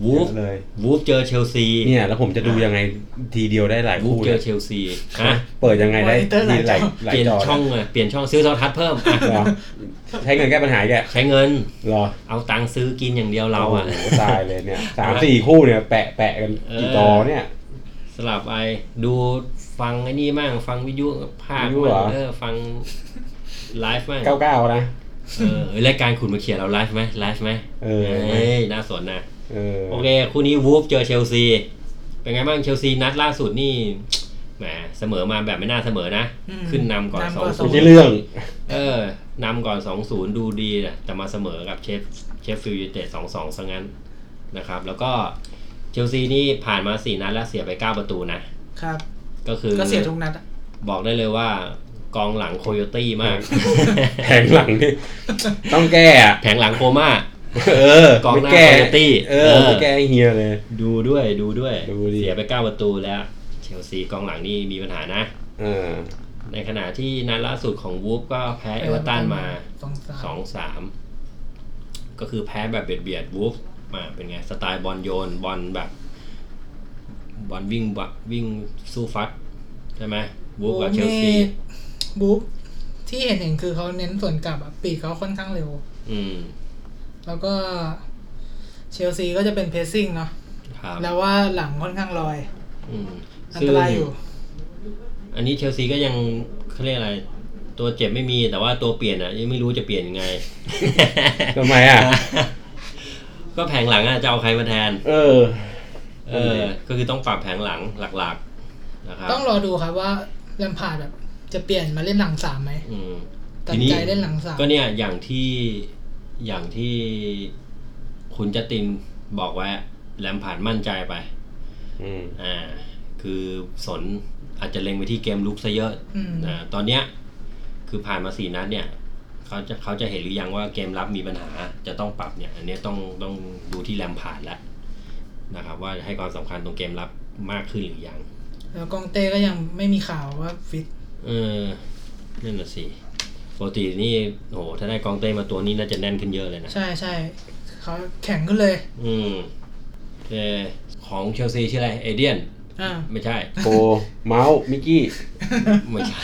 S1: วู
S3: เย
S1: ฟ
S3: อะเลย
S1: วูฟเจอเชลซี
S3: เนี่ย แล้วผมจะดูยังไงทีเดียวได้หลาย
S1: วูฟ
S3: คู่
S1: เจ
S3: เล
S1: อย เชลซีฮะ
S3: เปิดยังไงได้ทีหลายห
S1: เป
S3: ลาย
S1: ลี่ยน
S3: จอ
S1: ช่องเลยเปลี่ยนช่องซื้อโทรทัศน์เพิ่มอ่ะ
S3: เหรอใช้เงินแก้ปัญหาอีกแก
S1: ใช้เงิน
S3: เหรอ
S1: เอาตังค์ซื้อกินอย่างเดียวเราอ่ะ
S3: โโหตายเลยเนี่ยสามสี่คู่เนี่ย แปะแปะกันกี่จอเนี่ย
S1: สลับไปดูฟังไอ้นี่มั่งฟังวิทยุภาค
S3: วิทยุเหร
S1: มั่
S3: อ
S1: งเออฟังไลฟ์มั่ง
S3: เก้าเก้านะ
S1: เออเฮ้ยรายการคุณมาเขียนเราไลฟ์ไหมไลฟ์ไหม
S3: เออ
S1: ยน่าสนนะ
S3: เออ
S1: โอเค คู่นี้วูฟเจอเชลซี เป็นไงบ้างเชลซีนัดล่าสุดนี่ แหมเสมอมาแบบไม่น่าเสมอนะ
S2: อืม
S1: ขึ้นนำก่อน
S2: นำ
S1: ส
S2: ก่
S1: อง
S2: อน
S1: ศู
S3: ไม่
S1: น
S3: ใช่
S1: ย์
S3: เรื่อง
S1: เออนำก่อนสองศูนย์ดูดีนะแต่มาเสมอกับเชฟเชฟฟิลด์ยูไนเต็ดสองสองซะงั้นนะครับ แล้วก็เชลซีนี่ผ่านมาสี่นัดแล้วเสียไปเก้าประตูนะ
S2: ครับ
S1: ก็คือ
S2: ก็เสียทุกนัดอะ
S1: บอกได้เลยว่ากองหลังโคโยตี้มาก
S3: แผงหลัง นี่ต้องแก้อะ
S1: แผงหลังโคม่า
S3: เออก
S1: องหน้า
S3: ไม่แก้
S1: โคโยตี้
S3: เออ
S1: เออ
S3: ไม่แก้ให้เฮียเลย
S1: ดูด้วยดูด้วย
S3: ดูดิ
S1: เสียไป 9 ประตูแล้ว เชลซีกองหลังนี่มีปัญหานะ
S3: เออ
S1: ในขณะที่นัดล่าสุดของวูฟก็แพ้เอเวอร์ตันมา
S2: สองสาม
S1: 2 3 ก็คือแพ้แบบเบียดเบียดวูฟมาเป็นไง สไตล์บอลโยนบอลแบบบอลวิ่งบะวิ่งสู้ฟัดใช่ไหมวูฟกับเชลซี
S2: นี่บุ๊คที่เห็นเห็นคือเขาเน้นส่วนกลับอะปีกเขาค่อนข้างเร็ว
S1: อืม
S2: แล้วก็เชลซีก็จะเป็นเพสซิ่งเนาะ
S1: ครับ
S2: แล้วว่าหลังค่อนข้างลอย
S1: อืม
S2: อันตรายอยู่
S1: อันนี้เชลซีก็ยังเขาเรียกอะไร ตัวเจ็บไม่มีแต่ว่าตัวเปลี่ยนอ่ะยังไม่รู้จะเปลี่ยนยังไง
S3: ทำไมอ่ะ
S1: ก็แผงหลังอ่ะจะเอาใครมาแทน
S3: เออ
S1: เออ ก็คือต้องปรับแผงหลังหลักๆนะครับ
S2: ต้องรอดูครับว่าแลมพาร์ดแบบจะเปลี่ยนมาเล่นหลังสามไหม
S1: อืม
S2: ตัดใจเล่นหลังสาม
S1: ก็เนี่ยอย่างที่อย่างที่คุณจตินบอกไว้แลมผ่านมั่นใจไป
S3: อืม
S1: อ่า คือสนอาจจะเล็งไปที่เกมลุกซะเยอะ
S2: อืม
S1: นะตอนเนี้ยคือผ่านมาสี่นัดเนี่ยเขาจะเขาจะเห็นหรือยังว่าเกมรับมีปัญหาจะต้องปรับเนี่ย อันเนี้ยต้องต้องดูที่แรมผ่านแล้วนะครับ ว่าให้ความสำคัญตรงเกมรับมากขึ้นหรือยัง
S2: แล้วกองเต้ก็ยังไม่มีข่าวว่าฟิต
S1: เออนั่นน่ะสิปกตินี่โอ้โหถ้าได้กองเต้มาตัวนี้น่าจะแน่นขึ้นเยอะเลยนะ
S2: ใช่ใช่เขาแข็งขึ้นเลย
S1: อืม เคของเชลซีชื่ออะไรเอเดียน
S2: อ่า
S1: ไม่ใช่
S3: โปเมาส์มิกกี้
S1: ไม่ใช่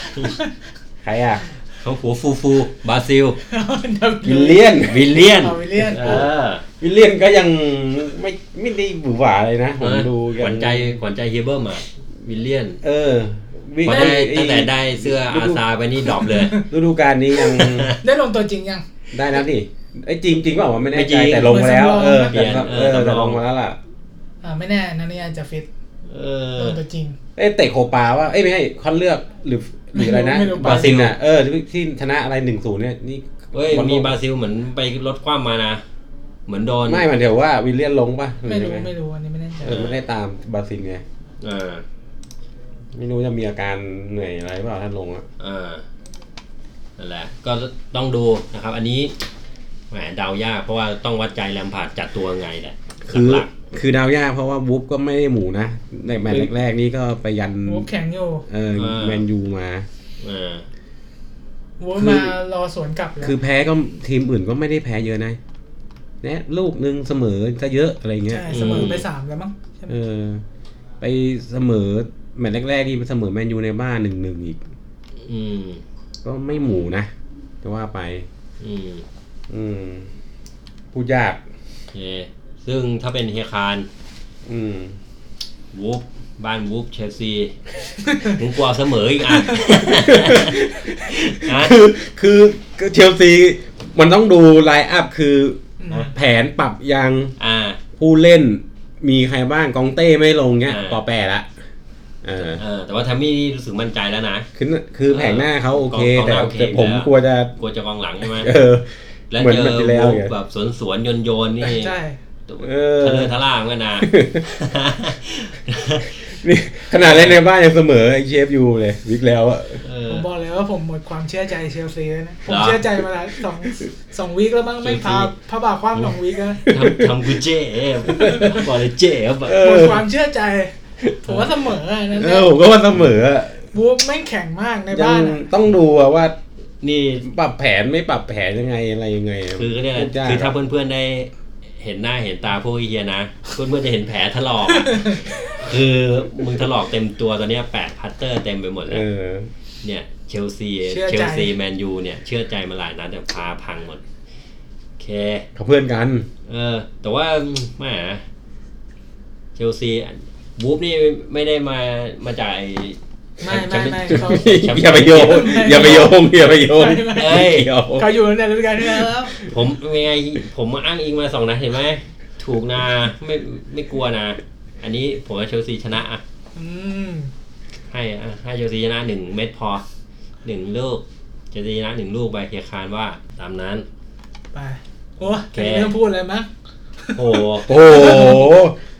S3: ใครอ่ะ
S1: เขาหัวฟูฟูบราซิล
S3: วิลเลียน
S1: วิลเลียน
S2: อ๋อวิลเลียน
S1: เออ
S3: วิลเลียนก็ยังไม่ไม่ได้บือหวาเลยนะ ผมดู
S1: ขวัญใจขวัญใจเฮเบอร์มาวิลเลียน
S3: เออ
S1: พอได้
S3: อ้
S1: ตั้งแต่ได้เสื้ออาซาไปนี่ดรอปเลย
S3: ฤดูกาลนี้ยัง
S2: ได้ลงตัวจริงยัง
S3: ได้นะนี่ไอ้ยจริงจริงเปล่าวะไม่
S1: ไม่
S3: แน่
S1: จริ
S3: ใจ
S1: ง
S3: แต่ลงมาแล้ว เออ
S1: เปลี่ยน
S3: แต่ลง
S1: เอ
S3: เอ
S1: อ
S3: อแต่
S1: ล
S3: ล
S1: ง
S3: งมาแล้วล่ะ
S2: อ่าไม่แน่นะเนี่ยอาจจะฟิต
S1: เอ
S2: ล
S1: อ
S2: งตัวจริง
S3: เอ้ยเตะโคปาว่าเอ้ยไม่ให้คอนเลือกหรือหรืออะไรนะ
S2: ไม่รู้
S3: บราซิลน่ะเออที่ที่ชนะอะไรหนึ่งศูนย์เนี่ยนี่
S1: เฮ้ย
S3: บอลโลก
S1: มีบราซิลเหมือนไปลดความมานะ เหมือนโดน
S3: ไม่มันเดี๋ยวว่าวิลเลียนลงป่ะห
S2: ไม่
S3: อยั
S2: รู้
S3: งง
S2: ไม่รู้อันนี้ไม่แน่ใจ
S3: เออไม่ได้ตามบราซิลไง
S1: เออ
S3: ไม่รู้จะมีอาการเหนื่อยอะไรเปล่าถ้าลงอ่ะ
S1: เออนั่นแหละ ก็ต้องดูนะครับ อันนี้แหมเดายากเพราะว่าต้องวัดใจแลมพาร์ดจัดตัวไงแหละ
S3: คือ
S1: หลัก
S3: คือดาวยากเพราะว่าบุ๊กก็ไม่ได้หมูนะในแมตช์แรกๆนี่ก็ไปยัน
S2: โว้แข็งอยู่
S3: เออแมนยูมา
S1: ๆเออ
S2: โว้มารอสวนกลับเลย
S3: คือแพ้ก็ทีมอื่นก็ไม่ได้แพ้เยอะนะแนะลูกหนึ่งเสมอจะเยอะอะไรเงี้ย
S2: ใช่เสมอไปสามแล้วมั้งใช่ไหม
S3: เออ ไปเสมอแมตช์แรกๆที่เสมอแมนยูในบ้านหนึ่งหนึ่งอีก
S1: อืม
S3: ก็ไม่หมูนะจะว่าไป
S1: อืม
S3: อืมพูดยาก
S1: โอเคซึ่งถ้าเป็นเฮยคาร
S3: อืม
S1: วูฟบ้านวูฟเชล ซีผมกลัวเสมออีกอ่ะ อ่ะ
S3: คือคือคือเชลซีมันต้องดูไลน์อัพคือ
S2: อืม
S1: นะ
S3: แผนปรับยัง
S1: อ่า
S3: ผู้เล่น มีใครบ้างกองเต้ไม่ลงเงี้ย
S1: อ่า
S3: ปอแปรละเออ
S1: เออแต่ว่าแทมมี่นี่รู้สึกมั่นใจแล้วนะ
S3: คือคือแผงหน้าเขาโอเค
S1: กองห
S3: แต่
S1: น้าโอเค
S3: แต่ผมกลัวจะ
S1: กลัวจะกองหลังใช่ไหม
S3: เอ อ
S1: แล้ว
S3: เหมือน
S1: เจอ
S3: มันจะแล้
S1: วู
S3: ว
S1: ฟ
S3: ไง
S1: แบบสวนสวนโยนโยนๆนี่
S2: ใช่
S3: เออ
S1: ทะเลทะล่าเหมือนกันนะ
S3: นี่ขนาดเล่นในบ้านยังเสมอไอ้เชฟยูเลย วิกแล้วอะ
S1: เอ
S2: ผ
S1: อ
S2: มบอกเลยว่าผมหมดความเชื่อใจเชลซีแล้วนะผม
S1: เหรอ
S2: เชื่อใจมาหลายสองสองวีคแล้วมั้งไม่พา
S1: เชลซี
S2: พระบาทความสองวีคแล้ว
S1: ทำทำกูเจ๊บอกเลยเจ๊ครับแบบ
S2: หมดความเชื่อใจ ผมว่าเสมออันนั้น
S3: เอ
S2: แห
S3: อ
S2: ละ
S3: ผมก็ว่าเสมออะ
S2: โวูฟแม่งแข็งมากใน
S3: ยั
S2: บ้าง นอะ
S3: ต้องดูอะว่า
S1: นี่
S3: ปรับแผนไม่ปรับแผนยังไงอะไรยังไงะ
S1: คือก็เนี่ยกอะไร
S3: พูดยก
S1: คือถ้า
S3: ะ
S1: เพื่อนๆได้เห็นหน้าเห็นตาพวกไอ้เฮียนะ เพื่อนๆจะเห็นแผลถลอกอะคือมึงถลอกเต็มตัวตอนเนี้ยแปดพัตเตอร์เต็มไปหมดเล
S3: เอย อ
S1: เนี่ยเชลซี
S2: เชื่อ
S1: เชล
S2: ใจ
S1: ซีแมนยูเนี่ย เชื่อใจมาหลายนัดแต่พาพังหมด โอเค
S3: เขาเพื่อนกัน
S1: เออ แต่ว่าแหมเชลซีบูฟนี่ไม่ได้มามาจากไอ้
S2: ไม่ไม่ไม่เขา
S3: อย่าไปโย งอย่าไปโยงอย่าไปโยง
S2: ไม่
S1: ไม่
S3: ไม่เกี่ยว
S2: เขาอยู่ในฤดูกาลที่แล้ว
S1: ผมยังไงผมมาอ้างอิงมาสองนัดเห็นไหมถูกนะไม่ไม่กลัวนะ อันนี้ผมว่าเชลซีชนะอ่ะ
S2: อืม
S1: ให้อ่ะให้เชลซีชนะหนึ่งเม็ดพอหนึ่งลูกเชลซีชนะหนึ่งลูกไปเฮียคานว่าตามนั้น
S2: ไป โอ้ยไม่ต้องพูดเลยมั้ง
S1: โอ้โห
S3: โอ้โห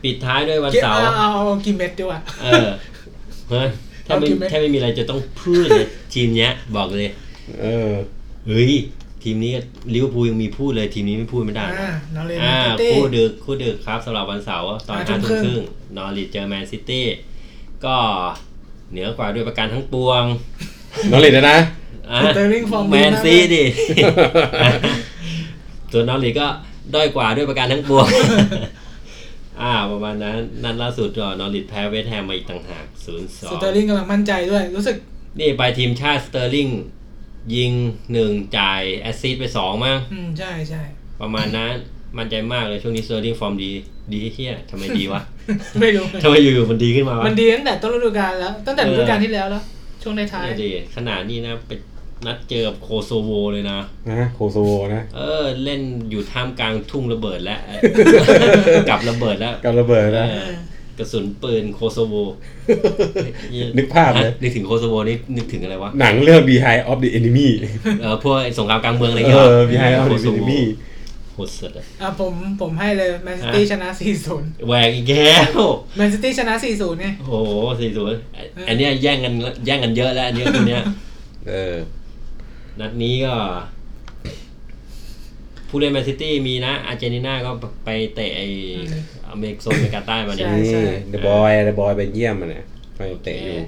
S1: ปิดท้ายด้วยวัน
S2: เก็บ
S1: เสา
S2: เอา
S1: ร์
S2: เอาเอากี่เม็ดดีกว่า
S1: เออเฮ้ยถ้าไม่
S2: เอาจริงไหม
S1: ถ้าไม่มีอะไรจะต้องพูดเลย ทีมเนี้ย บอกเลย
S3: เออ
S1: เฮ้ย ทีมนี้ลิเวอร์พูลยังมีพูดเลย ทีมนี้ไม่พูดไม่ได้นะ
S2: อ่าเราเลยน
S1: อ่า
S2: เต้
S1: คู่ดึกคู่ดึกครับสำหรับวันเสาร์ตอน
S2: อ่า
S1: ห้า
S2: ทุ่
S1: ทุ่ม
S2: ม
S1: ค
S2: ครึ่
S1: รึ่ง
S2: ง
S1: นอริทเจอแมนซิตี้ก็เหนือกว่าด้วยประการทั้งปวง
S3: น้องเลดนะ
S1: อ่ะ
S2: สเตอร์ลิงฟอร์มดี
S1: แม
S2: มาก
S1: นซีดิ ส่วนนอริทก็ด้อยกว่าด้วยประการทั้งปวง อ่าประมาณนั้นนัดล่าสุดก็นอริทแพ้เวสต์แฮมมาอีกต่างหากศูนย์สอ
S2: ส
S1: ง
S2: เตอร์ลิงกำลังมั่นใจด้วย รู้สึก
S1: นี่ไปทีมชาติสเตอร์ลิงยิงหนึ่งจ่ายแอสซิสต์ไปสองมั้ง
S2: อืมใช่ใช่
S1: ประมาณ นั้น มั่นใจมากเลยช่วงนี้สเตอร์ลิงฟอร์มดีดีเฮียทำไมดี วะ
S2: ไม่รู้
S1: ทำไมอยู่ๆมันดีขึ้นมาวะ
S2: มันดีตั้งแต่ต้นฤดูกาลแล้ว ตั้งแต่ฤดูกาลที่แล้วแล้ว ช่วงในท้าย
S1: เนี่ยดีขนาดนี้นะไปนัดเจอกับโคโซโวเลยนะ
S3: นะโคโซโวนะ
S1: เออ เล่นอยู่ท่ามกลางทุ่งระเบิดแล้ว กลับระเบิดแล้ว
S3: กับระเบิดนะ
S1: เออ กระสุนปืนโคโซโว
S3: นึกภาพเลย
S1: ฮะนึกถึงโคโซโวนี่นึกถึงอะไรวะ
S3: หนังเรื่อง Behind of the Enemy
S1: เออพวกไอ้สงครามกลางเมืองอะไรอย่าง
S3: เอ
S1: เงี้ย
S3: อ Behind of
S1: โค
S3: the
S1: โซโว
S3: Enemy
S1: โหดสุดอะ
S2: อ่ะผมผมให้เลยแมนซิตี้
S1: อ่ะ
S2: ชนะ 4-0
S1: แหวกอีกแล้ว
S2: แมนซิตี้ชนะ 4-0 เนี่ย
S1: โอ้โหสี่ศูนย์อันเนี้ยแย่งกันแย่งกันเยอะแล้ว อันเนี้ยตัวเนี้ย
S3: เออ
S1: นัดนี้ก็ ผู้เล่นแมนซิตี้มีนะ อาร์เจนตินาก็ไปเตะไอ
S2: อืม
S1: อเมริกโซนอเมริกาใต้มาเนี่ย
S2: ใช่
S3: นี่เดบอยเดบอยไปเยี่ยมมันเนี่ยไปเตะอยู่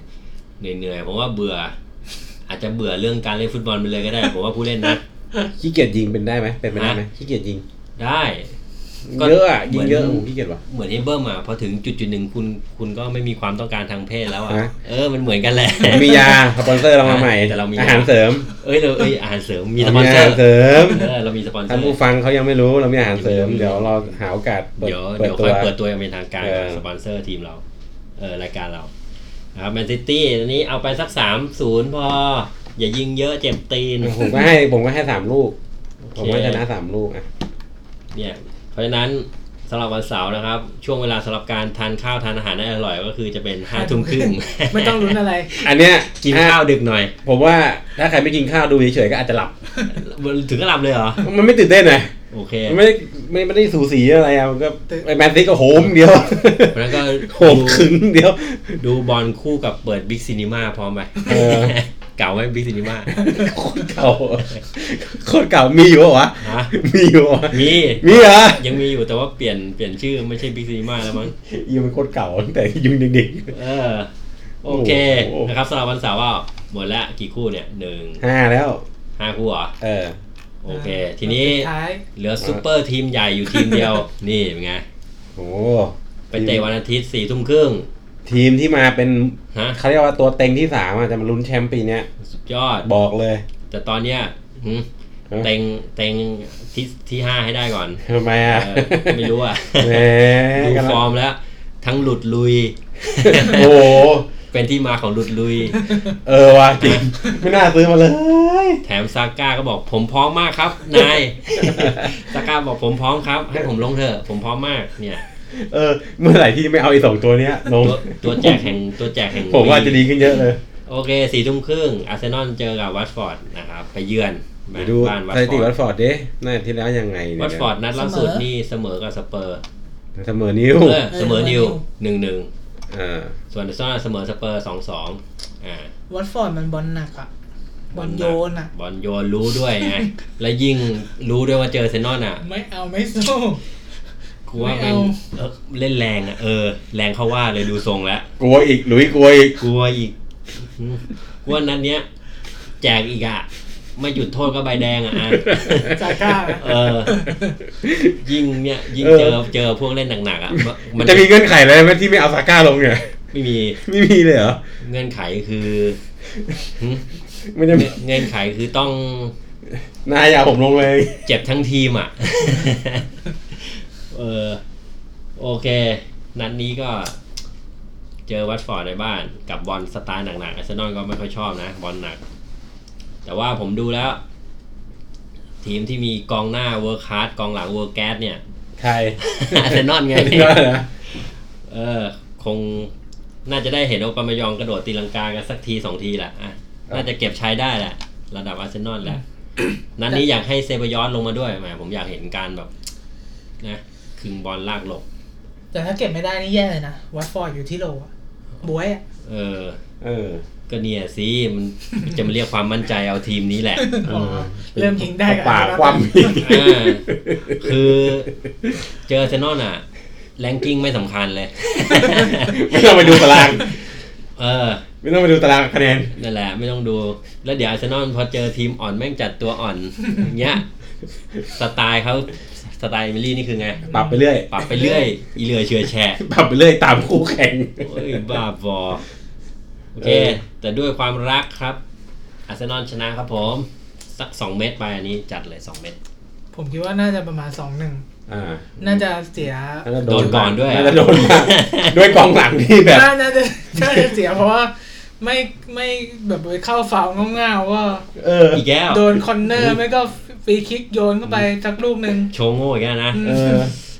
S1: เหนื่อยเหนื่อยๆผมว่าเบื่อ อาจจะเบื่อเรื่องการเล่นฟุตบอลไปเลยก็ได้ ผมว่าผู้เล่นนะ
S3: ขี้เกียจยิงเป็นได้ไหมเป็นไปได้ไหม
S1: ฮะ
S3: ขี้เกียจยิง
S1: ได้ ก็
S3: เยอะอ่ะยิงเยอะ
S1: เหมือน
S3: ผมขี้เกียจว่ะ
S1: เหมือนเอเบอร์มาพอถึงจุดจุดหนึ่งคุณคุณก็ไม่มีความต้องการทางเพศแล้วอ่ะ
S3: ฮะ
S1: เออมันเหมือนกันแหละ
S3: มี ยาสปอนเซอร์เรามาใหม่
S1: แต่เรามี
S3: อาหารเสริม
S1: เอ้ยเราเอ้ยอาหารเสริมมีสปอนเซอ
S3: อาหาร
S1: ร์
S3: เสริม
S1: เออเรามีสปอนเซอ
S3: ท่าน
S1: ร์
S3: ผู้ฟังเขายังไม่รู้เรามีอาหารเสริม
S1: ยังไม่รู้
S3: เดี๋ยวเราหาโอกาสเปิด
S1: เดี๋ยว
S3: เปิ
S1: เดี๋ย
S3: ด
S1: ว
S3: ตั
S1: ค่
S3: ว
S1: อยเปิดตัวอย่างเป็นทางการ
S3: เออ
S1: สปอนเซอร์ทีมเรา เออรายการเรานะครับแมนซิตี้อันนี้เอาไปสักสามศูนย์พอ อย่ายิงเยอะเจ็บตีน
S3: ผมก็ให้ผมก็ให้สามลูก ผ
S1: โอ
S3: ม
S1: เค
S3: ก็ชนะสามลูกอ่ะ
S1: เนี่ยเพราะฉะนั้นสำหรับวันเสาร์นะครับ ช่วงเวลาสำหรับการทานข้าวทานอาหารได้อร่อยก็คือจะเป็นห้าทุ่มครึ่ง
S2: ไม่ต้องลุ้นอะไร
S3: อันเนี้ย
S1: กิน
S3: อ่ะ
S1: ข้าวดึกหน่อย
S3: ผมว่าถ้าใครไม่กินข้าวดูเฉยๆก็อาจจะหลับ
S1: ถึงก็หลับเลยเหรอ
S3: มันไม่ตื่นเต้นนะ
S1: โอเค
S3: มันไม่ได้ไม่ไม่ได้สูสีอะไรอ่ะมันก็
S2: ตื่น
S3: ไอแมนซิกก็โหมเดียว
S1: เพราะฉะนั้นก็
S3: โหมขึงเดียว
S1: ดูบอลคู่กับเปิดบิ๊กซีนีมาพร้อมไหม
S3: เออ
S1: เก่าไหมบิ๊กซีนีมา
S3: โคตรเก่าโคตรเก่ามีอยู่เหรอวะ
S1: ฮะ
S3: มีอยู่เหรอวะ
S1: มี
S3: มีเหรอ
S1: ยังมีอยู่แต่ว่าเปลี่ยนเปลี่ยนชื่อไม่ใช่บิ๊กซีนีมาแล้วมั้ง
S3: อีมันโคตรเก่าตั้งแต่ยุคเด็ก
S1: เออ โอเค
S3: โอ้โห
S1: นะครับสำหรับวันเสาร์ว่าหมดละกี่คู่เนี่ยหนึ่ง
S3: ๆห้าแล้ว
S1: ห้าคู่เหรอ
S3: เออ
S1: โอเค ทีนี้
S2: สุดท้าย
S1: เหลือซูเปอร์ทีมใหญ่อยู่ทีมเดียว นี่เป็นไง
S3: โอ้
S1: ไปเตะวันอาทิตย์สี่ทุ่มครึ่ง
S3: ทีมที่มาเป็น
S1: ฮะ
S3: เขาเรียกว่าตัวเต็งที่สามอ่ะจะมาลุ้นแชมป์ปีเนี้ย
S1: สุดยอด
S3: บอกเลย
S1: แต่ตอนเนี้ยหืมเต็งเต็งที่ที่ห้าให้ได้ก่อน
S3: ทำไม
S1: เอ
S3: อ่ะ
S1: อไม่รู้อ่ะ
S3: แหม
S1: ดู
S3: กำลัง
S1: ฟอร์มแล้ว ทั้งหลุดลุย
S3: โอ้โห
S1: เป็นที่มาของหลุดลุย
S3: เออว่ะจริงไม่น่าซื้อมาเลย
S1: แถมซาก้าก็บอกผมพร้อมมากครับนาย ซาก้าบอกผมพร้อมครับ ให้ผมลงเถอะผมพร้อมมากเนี่ย
S3: เออ เมื่อไหร่ที่ไม่เอาไอ้สองตัวเนี้ยล
S1: ตั
S3: ง
S1: วตัวแจกแห่งตัวแจกแห่ง
S3: ผมว่าจะดีขึ้นเยอะเลย
S1: โอเคสี่ทุ่มครึ่งอาร์เซนอลเจอกับวัตฟอร์ดนะครับ ไปเยือน
S3: เดี๋ยวดู
S1: บ้านวัต
S3: สถิ
S1: ฟ
S3: ติ
S1: อ
S3: วั
S1: ร์ด
S3: ตฟอร์ดดิหน้าที่แล้วยังไงเนี่
S1: วั
S3: ย
S1: ตฟอร์ดนัดล่าสุด
S2: เสมอ
S1: นี่เสมอกับสเปอร์
S3: เสมอนิ้ว
S1: เออเสมอนิวหนึ่งหนึ่ง
S3: อ่า
S1: ส่วนอาร์เซนอลเสมอสเปอร์สองสองอ่า
S2: วัตฟอร์ดมันบอลหนักอ่ะ บอลโยนอ่ะ
S1: บอลโยนรู้ด้วย ไง แล้วยิ่งรู้ด้วยว่าเจอเซนนอนอ่ะ
S2: ไม่เอาไม่สู้
S1: กูว่าแม่ง
S2: ไม่
S1: เออเล่นแรงอ่ะเออ แรงเข้าว่าเลยดูทรงแล้ว
S3: กลัวอีกหลุยกลัวอีก
S1: กลัวอีกอืมกลัวนั้นเนี้ย แจกอีกอ่ะ ไม่หยุดโทษก็ใบแดงอ่ะอ่ะ
S2: ซาก้าอะ
S1: เออ ยิ่งเนี้ยยิ่งเจอเจอพวกเล่นหนักๆอ่ะมัน
S3: มั
S1: มัน น
S3: จะมีเงื่อนไขอะไรไหมที่ไม่เอาซาก้าลงเนี่ย
S1: ไม่มี
S3: ไม่มีเลยเหรอ
S1: เงื่อนไขคือหึ
S3: มันจะมี
S1: เงื่อนไขคือต้อง
S3: นายอยาผมลงเลย
S1: เจ็บทั้งทีม อ่ะ เออ โอเค นัดนี้ก็ เจอวัตฟอร์ดในบ้าน กับบอลสไตล์หนักๆอาร์เซนอลก็ไม่ค่อยชอบนะ บอลหนัก แต่ว่าผมดูแล้ว ทีมที่มีกองหน้าเวอร์คาร์ดกองหลังเวอร์แก๊สเนี่ย
S3: ใคร
S1: อาร์เซน อลไง
S3: ไม่ได้นะ
S1: เออ คงน่าจะได้เห็นโอปามายองกระโดดตีลังกากันสักทีสองทีแหละอ่ะน่าจะเก็บใช้ได้แหละ ระดับอาร์เซนอลแหละ นั้นนี้อยากให้เซบายอนลงมาด้วยแหมผมอยากเห็นการแบบ นะคึงบอลลากหลบ
S2: แต่ถ้าเก็บไม่ได้นี่แย่เลยนะ วัตฟอร์ดอยู่ที่โลอะบวยอ่ะ
S1: เออ
S3: เออ
S1: ก็เนี่ยสิมันจะมาเรียกความมั่นใจเอาทีมนี้แหละ
S2: อ๋อ เริ่มยิงได้
S3: เอา
S2: กับ
S3: ปาก
S2: อันนั้น
S3: ความอีก
S1: อ่า คือเจออาร์เซนอลอ่ะ แรงกิ้งไม่สำคัญเลย
S3: ไม่ต้องไปดูตาราง
S1: เออ
S3: ไม่ต้องไปดูตารางคะแนน
S1: นั่นแหละไม่ต้องดู แล้วเดี๋ยวอาร์เซนอลพอเจอทีมอ่อนแม่งจัดตัวอ่อน อย่างเงี้ยสไตล์เขาสไตล์เอมิลี่นี่คือไง
S3: ปรับไปเรื่อย
S1: ปรับไปเรื่อย อีเรือเชือแชร์
S3: ปรับไปเรื่อยตามคู่แข่ง
S1: โอ้ยบ้าบอโอเค
S3: เออ
S1: แต่ด้วยความรักครับ อาร์เซนอลชนะครับผม สักสองเม็ดไปอันนี้จัดเลยสองเม็ด
S2: ผมคิดว่าน่าจะประมาณสองหนึ่ง
S3: อ่า
S2: น่าจะเสีย
S3: าจะ
S1: โดนก่อนด้วย
S3: น่าจะโดน มากด้วยกองหลังที่แบบ
S2: น่าน่าจะน่าจะเสียเพราะว่าไม่ไม่แบบไปเข้าฟาวง่าวๆว่า
S3: เออ
S1: อีกแล้ว
S2: โดนคอนเนอร์ไม่ก็ฟรีคิกโยนเข้าไปสักลูกหนึ่ง
S1: โชว์โง่อีกแล้วนะ
S3: เออ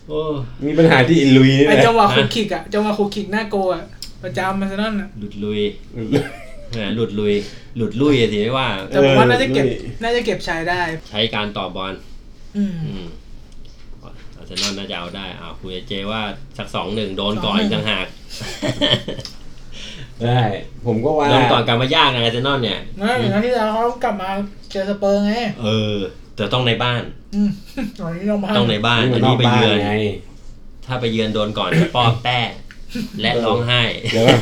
S1: โอ้
S3: มีปัญหาที่อินลุยนี่
S2: ไอ
S3: แหละ
S2: จังหวะคุกคิกอะจังหวะคุกคิกหน้าโกอะประจำมันซะนั่นอะ
S1: หลุดลุยแหมหลุดลุย หลุดลุยสิไม่ว่า
S2: แต่ผมว่าน่าจะเก็บน่าจะเก็บใช้ได้
S1: ใช้การต่อบอล
S2: อืม
S1: อืมอาร์เซนอลน่าจะเอาได้อ่าวคุยกับเจว่าสักสองหนึ่งโดนก่อนอีก
S2: 2-1
S1: ต่าง หาก
S3: ได้ ผมก็ว่า
S1: โดนก่อนกลับมายากนะอาร์เซนอลเนี่ย
S2: งั้นอย่างนั้นที่แล้วเขากลับมาเจอสเปอร์ไง
S1: เออ แต่ต้องในบ้าน
S2: อืม ตอนนี้เรามา
S1: ต้องในบ้าน อันนี้ไปเยือน
S3: ไง
S1: ถ้าไปเยือนโดนก่อนจะป้อมแป้และร้องไห้
S3: เดี๋ยวก่ อ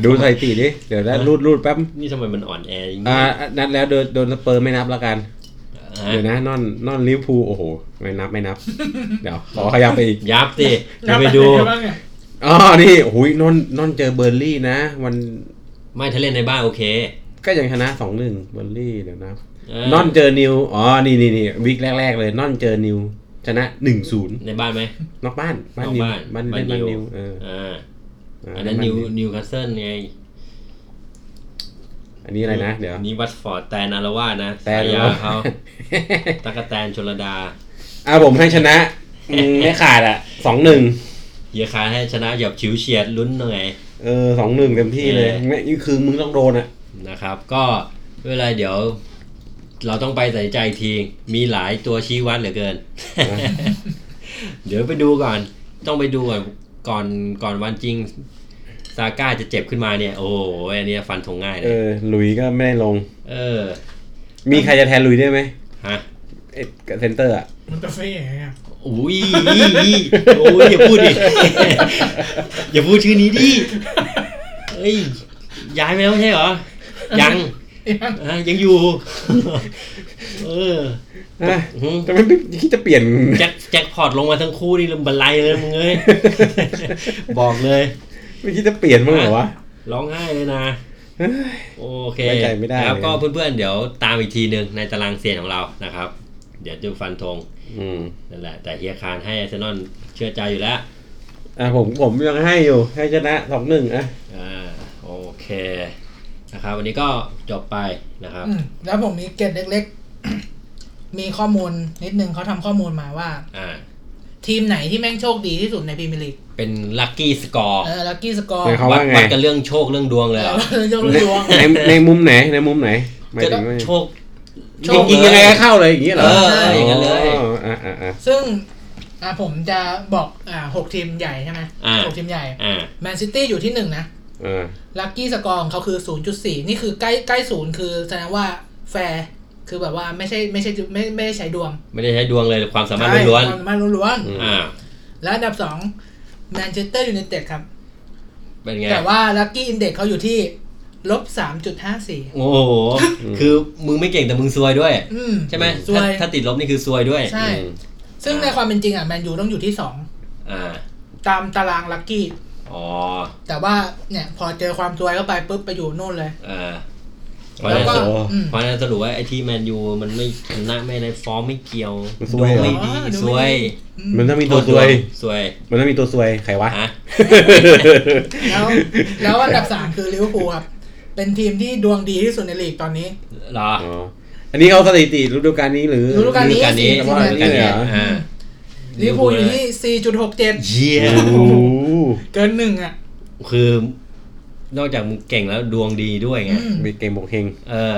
S3: นดูสถิติดิ เดี๋ยวแล้วรูดรูดแป๊บ
S1: นี่ทำไมมันอ่อนแออย่างนี้
S3: อ่า นัดแล้วโดนโดนสเปอร์ไม่นับละกัน
S1: เอ ฮะ
S3: เดี๋ยวนะนอนนอนลิเวอร์พูลโอ้โห ไม่นับไม่นับ เดี๋ยวขอขยับไปอีก
S1: ยับสิเดี๋ยวไป
S2: แล้ว
S1: ดู
S2: เป็นงบ้างเนี่ย
S3: อ๋อ นี่โอ้ยนอนนอนเจอเบอร์ลี่นะ วัน
S1: ไม่ถ้าเล่นในบ้านโอเค
S3: ก็ยังชนะสองหนึ่งเบอร์ลี่เดี๋ยวนะ
S1: เ
S3: นอนเจอนิว อ๋อ นี่นี่นี่วิกแรก ๆ เลยนอนเจอนิว ชนะหนึ่งศูนย์
S1: ในบ้านไหม
S3: นอกบ้านบ้าน
S1: นอก
S3: นิว
S1: บ้าน
S3: บ้านเล่นบ้านนิวเออ
S1: อ่า
S3: อ่า
S1: อันนั้น
S3: บ้า
S1: นิวนิวคาสเซิลไง
S3: อันนี้อะไรนะ เดี๋ยว
S1: นี่วัตฟอร์ดแตนอารวาสนะ
S3: แต่
S1: ฉายา
S3: เรา
S1: เขา ตะกะแตนชลดา
S3: อ่ะผมให้ชนะอืมไม่ขาดอ่ะสองหนึ่ง
S1: เฮียคาให้ชนะแบบชิวเฉียดลุ้นหน่อย
S3: เออสองหนึ่งเต็มที่เลยไม่คือมึงต้องโดนอ่ะ
S1: นะครับก็ไม่เป็นไรเดี๋ยวเราต้องไปตัดสินใจอีกที มีหลายตัวชี้วัดเหลือเกิน เดี๋ยวไปดูก่อน ต้องไปดูก่อนก่อนก่อนวันจริง ซาก้าจะเจ็บขึ้นมาเนี่ย โอ้โหอันเนี้ยฟันธงง่ายเล
S3: เอย อหลุยก็ไม่ได้ลง
S1: เออ
S3: มีใครจะแทนหลุยได้ไหม
S1: ฮะ
S3: เอ็ดกับเซนเตอร์อ่ะ
S2: มันจะเฟ่ยังไงอะ
S1: อุ้ยโอ้ยอย่าพูดดิ อย่าพูดชื่อนี้ดิเอ้ยย้ายไปแล้วไม่ใช่เหรอ ยังอ่ะยังอยู่ เออ
S3: นะ
S1: อืม
S3: จะไม่คิดจะ เปลี่ยน
S1: แจ็คแจ็คพอตลงมาทั้งคู่นี่ลำบันไลเลยมึงเอ้ย บอกเลย
S3: ไม่คิดจะเปลี่ยนมั้างเหรอวะ
S1: ร้องไห้เลยนะ โอเค
S3: ไว้ใจไม่ได้
S1: ครับ
S3: เลย
S1: ก็เพื่อนๆ เดี๋ยวตามอีกทีหนึ่งในตารางเซียนของเรานะครับ เดี๋ยวดูฟันธง
S3: อืม
S1: นั่นแหละ แต่เฮียคารให้อาร์เซนอลเชื่อใจอยู่แล้ว
S3: อ่ะผมผมยังให้อยู่ ให้ชนะสองหนึ่งอ่ะ
S1: อ่า โอเคนะครับ วันนี้ก็จบไปนะครับ
S2: อืมแล้วผมมีเกร็ดเล็กๆ มีข้อมูลนิดนึงเขาทำข้อมูลมาว่า
S1: อ่า
S2: ทีมไหนที่แม่งโชคดีที่สุดในพรีเมียร์ลีก
S1: เป็นลัคกี้สกอร์
S2: เออลักกี้สกอร์
S3: หมายความ
S1: วัด
S3: เขไง
S1: วัดกันเรื่องโชคเรื่องดวงเลยเหรอย
S2: กเลิกดวง
S3: ในในมุมไหนในมุมไหนหมาย
S1: ก็
S3: ถึงว่า
S1: โชค
S2: โช
S3: จ
S2: ค
S3: ริงๆยังไงก็เข้าเลยอย่างนี้เหรอ
S1: เอออย่างนั้นเลย
S3: อ๋ออ่ะอ่ะอ่ะ
S2: ซึ่งอ่ะผมจะบอกอ่าหกทีมใหญ่ใช่ไหม
S1: อ่า
S2: หกทีมใหญ่
S1: อ่า
S2: แมนซิตี้อยู่ที่หนึ่งนะ
S3: เออ
S2: ลักกี้สกอร์ของเขาคือ 0.4 นี่คือใกล้ใกล้ศูนย์คือแสดงว่าแฟร์คือแบบว่าไม่ใช่ไม่ใช่ไม่ไม่ได้ใช้ดวง
S1: ไม่ได้ใช้ดวงเลยความสามารถล้วน
S2: ใช่ความสามารถล้วน
S1: ๆอ่า
S2: ๆและอันดับ2แมนเชสเตอร์ยูไนเต็ดครับ
S1: เป็นไง
S2: แต่ว่าลักกี้อินเด็กเขาอยู่ที่ลบ 3.54
S1: โอ้โห คือมึงไม่เก่งแต่มึงซวยด้วย
S2: อืม
S1: ใช่ไหม
S2: ซวย
S1: ถ้าถ้าติดลบนี่คือซวยด้วย
S2: ใช่
S3: อืม
S2: ซึ่งในความเป็นจริงอ่ะแมนยูต้องอยู่ที่
S1: อ่า
S2: 2 ตามตารางลักกี้
S1: อ๋อ
S2: แต่ว่าเนี่ยพอเจอความซวยเข้าไปปุ๊บไปอยู่นู่นเลย
S1: อ่าเพราะ
S2: แล้
S1: ฉะนั้
S2: ว
S1: น
S2: ก็
S1: สรุป
S2: อืม
S1: เพราะฉะนั้นสรุปว่าไอ้ที่แมนยูมันไม่ชนะไม่ในฟอร์มไม่เกี่ยว
S3: มันซวย
S1: ดู
S3: เหรอ
S1: ไม่ดี
S2: อ๋อดู
S1: ซ
S2: ไม่
S1: วย
S2: ดีอืม
S3: มันต้องมีตัวซวย
S1: ซวย
S3: มันต้องมีตัวซวยใครวะ
S1: ฮะ
S2: แล้วแล้วอันดับสามคือลิเวอร์พูลครับ เป็นทีมที่ดวงดีที่สุดในลีกตอนนี้
S1: เหรอ
S3: อ๋อ อันนี้เอาสถิติฤดูกาลนี้หรือ
S2: ฤดูกาลนี้
S1: การนี้
S2: สี่สิบ
S1: ว่า
S2: แปด
S1: การนี้
S3: เหรอ
S1: อ่า
S2: ลิเวอร์พูลอยู่ที่ 4.67
S1: เยี่ย
S3: โอ้
S1: ม
S3: โห
S2: เกินหนึ่งอ่ะ
S1: คือ นอกจากมึงเก่งแล้วดวงดีด้วยไง
S2: อืม
S3: มีเกมบวกเฮง
S1: เออ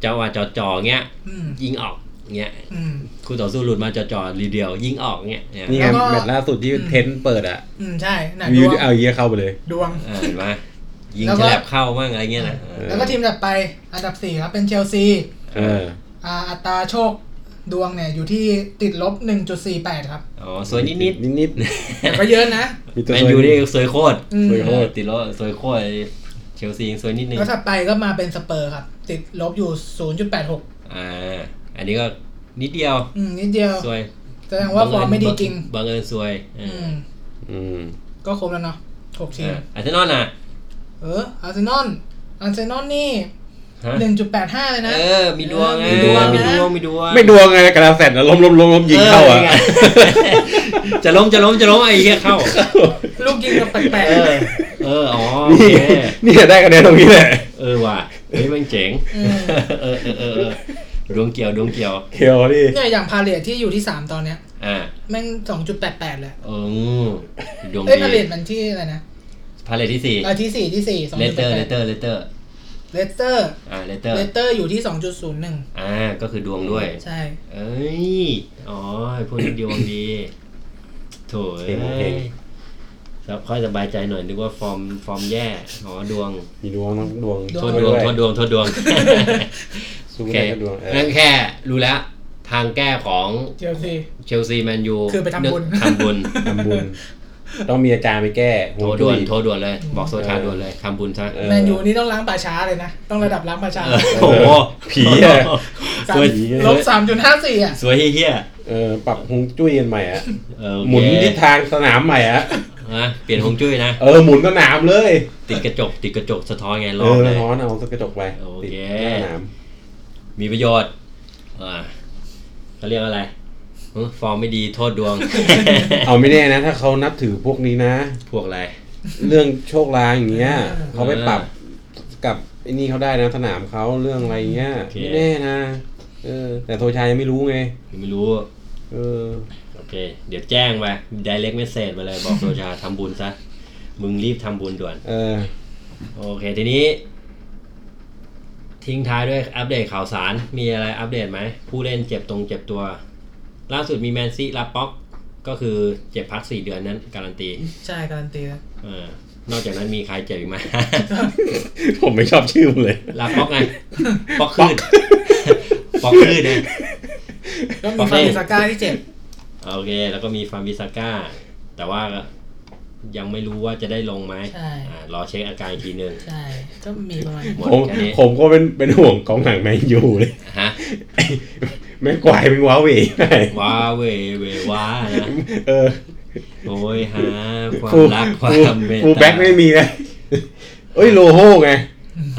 S1: เจ้าว่าจ่อจ่อๆเงี้ย
S2: อืม
S1: ยิงออกเงี้ย
S2: อืม
S1: คู่ต่อสู้หลุดมาจ่อๆรีเดียว ยิงออกเงี้ยเนี่ย
S3: นี่ไง
S2: แล้วก็
S3: แมตช์ล่าสุดที่เทนเปิดอ่ะ
S2: อืม ใช่น่ะด
S3: วิว
S2: วง
S3: เอาเยียเข้าไปเลย
S2: ดวง
S1: เออเห็นไหมยิง
S2: แล้ว
S1: ฉ
S2: ก็
S1: ลับเข้าบ้างอะไรเงี้ยนะเออ
S2: แล้วก็ทีมต่อไปอันดับสี่ครับ เป็นเชลซี
S3: เออ
S2: อ่าอัตราโชคดวงเนี่ย อยู่ที่ติดลบ 1.48 ครับ
S1: อ๋อสวยนิด
S3: นิด
S2: แต่ก็เยอะนะ
S3: ๆมี
S1: ๆ
S3: ตัว
S1: แม
S3: ซ
S1: น
S3: ว
S1: ยู
S3: ย
S1: นี่สวยโคตร
S2: อืม
S3: สวยโคตร
S1: เออติดแล้วสวยโคตรเชลซียังสวยนิดนึง
S2: แล้วถัดไปก็มาเป็นสเปอร์ครับ ติดลบอยู่ 0.86
S1: อ่าอันนี้ก็นิดเดียว
S2: อืมนิดเดียว
S1: สวย
S2: แสดงว่าฟอร์มไม่ดีจริง
S1: บังเอิญสวยเออ
S2: อื
S1: อ
S2: ม
S3: อืม
S2: ก็ครบแล้วเนาะหกทีม
S1: อ่ะอาร์เซนอลน่ะ
S2: เออ อาร์เซนอล อาร์เซนอลนี่
S1: ฮะ
S2: หนึ่งจุดแปดห้าเลยนะ
S1: เออมีดวงไง
S2: มีดวงนะ
S1: มีดวงมีดวง
S3: ไม่ดวงไงกระดาษแสนแล้วล้มล้มล้มล้มยิงเข้าอ่ะ
S1: ไงจะล้มจะล้มจะล้มไอ้เหี้ยเข้า
S2: ลูกยิงก็แปลก
S1: เออเอออ๋อโอ
S3: นี่
S1: เค
S3: นี่ได้คะแนนตรงนี้แหละ
S1: เออว่ะเฮ้ยมันเจ๋งเออเออเออเออดวงเกี่ยวดวงเกี่ยว
S3: เคียวดิ
S2: ๆเนี่ยอย่างพาเลทที่อยู่ที่สามตอนเนี้ย
S1: อ่า
S2: แม่งสองจุดแปดแปดเลย
S1: เออดวง
S2: เอ้ยพาเล
S1: ดี
S2: ทมันที่อะไรนะ
S1: พาเลทที่สี่
S2: เออที่สี่ที่สี่สอง
S1: เล
S2: จุด
S1: เตอ
S2: แป
S1: ร์เล
S2: ด
S1: เตอร์เลเตอร์
S2: เลสเตอร์
S1: อ่าเลเตอร์
S2: เลสเตอร์อยู่ที่สองจุดศูนย์หนึ่ง
S1: อ่าก็คือดวงด้วย
S2: ใช่
S1: เอ้ยอ๋อไอ้พวกนี้ดวงดีโถเอ้ยครับค่อยสบายใจหน่อยนึกว่าฟอร์มฟอร์มแย่อ๋อดวง
S3: มีดวงต้องดวง
S2: ด
S1: โทษดวง
S3: สู้ไปวย
S1: โทษดวงโทษ ดวง
S3: สู้
S1: โอ
S3: ไม่
S1: เค
S3: ได้ก็ดวงเออ
S1: นั่นแค่รู้แล้ว ทางแก้ของ
S2: เชลซี
S1: เชลซีแมนยู
S2: คือไปทำบุญ
S1: ทำบุ ญ
S3: ทำบุญต้องมีอาจารย์ไปแก้
S1: โทรด่วนโทรด่วนเลย บอกโซชาด่วนเลยทำบุญซะ
S3: เออ
S2: แมนยูนี่ต้องล้างป่าช้าเลยนะ ต้องระดับล้างป่าช้า
S1: โอ้โห
S3: ผีอ่ะ
S2: สาม
S3: สวย
S2: ลบสามจุดห้าสี่อ่ะ
S1: สวยเฮี้ย
S3: เออปรับฮวงจุ้ยกันใหม่อะ
S1: ๆเออโอเค
S3: หมุนทิศทางสนามใหม่อะ
S1: นะเปลี่ยนฮวงจุ้ยนะ
S3: เออหมุนสนามเลย
S1: ติดกระจก ติดกระจกสะท้อนไงร
S3: เอ
S1: อบ
S3: อ
S1: เลย
S3: ร้อนเอาสกระจกไป
S1: โอเค
S3: ติดหน้าสนาม
S1: มีประโยชน์ อ่าเขาเรียกอะไรหึฟอร์มไม่ดีโทษดวง
S3: เอาไม่แน่นะ ถ้าเขานับถือพวกนี้นะ
S1: พวกอะไร
S3: เรื่องโชคลางอย่างเงี้ยเขาไปปรับกับไอ้นี่เขาได้นะสนามเขาเรื่องอะไรเงี้ย
S1: โอเค
S3: ไม่แน่นะเออ แต่โทชัยยังไม่รู้ไง
S1: ยังไม่รู้
S3: เออ
S1: โอเค เดี๋ยวแจ้งไป direct message มาเลย บอกโรชาทำบุญซะ มึงรีบทำบุญด่วน
S3: เออ
S1: โอเค ทีนี้ ทิ้งท้ายด้วยอัปเดตข่าวสาร มีอะไรอัปเดตไหม ผู้เล่นเจ็บตรงเจ็บตัว ล่าสุดมีแมนซี่ลาป็อก ก็คือเจ็บพักสี่เดือนนั้น การันตี
S2: ใช่การันตีแล้ว
S1: เออนอกจากนั้นมีใครเจ็บอีกไหม
S3: ผมไม่ชอบชื่อมันเลย
S1: ลา ป็อกไงป็อกคืนป็ อกคืนไง
S2: ก็มีฟาบิสก้าที่เจ็บ
S1: โอเค แล้วก็มีฟาร์มบิซาก้า แต่ว่ายังไม่รู้ว่าจะได้ลงไหม
S2: ใช่
S1: อ่ารอเช็คอาการอีกทีนึง
S2: ใช่ ก็มีประมาณ
S1: หมด
S3: ผม
S1: แค่นี้
S3: ผมก็เป็นเป็นห่วงกองหลังแมนยูเลย
S1: ฮะ
S3: แม่งกวาย เป็นว้าเหวไป
S1: ว้าเวเวว้านะ
S3: เออ
S1: โอ้ยฮะความ
S3: ฟู
S1: รักค
S3: ฟู
S1: วามเมต
S3: ฟูลแบ็
S1: ตาก
S3: ไม่มีนะเอ้ยโลโฮไง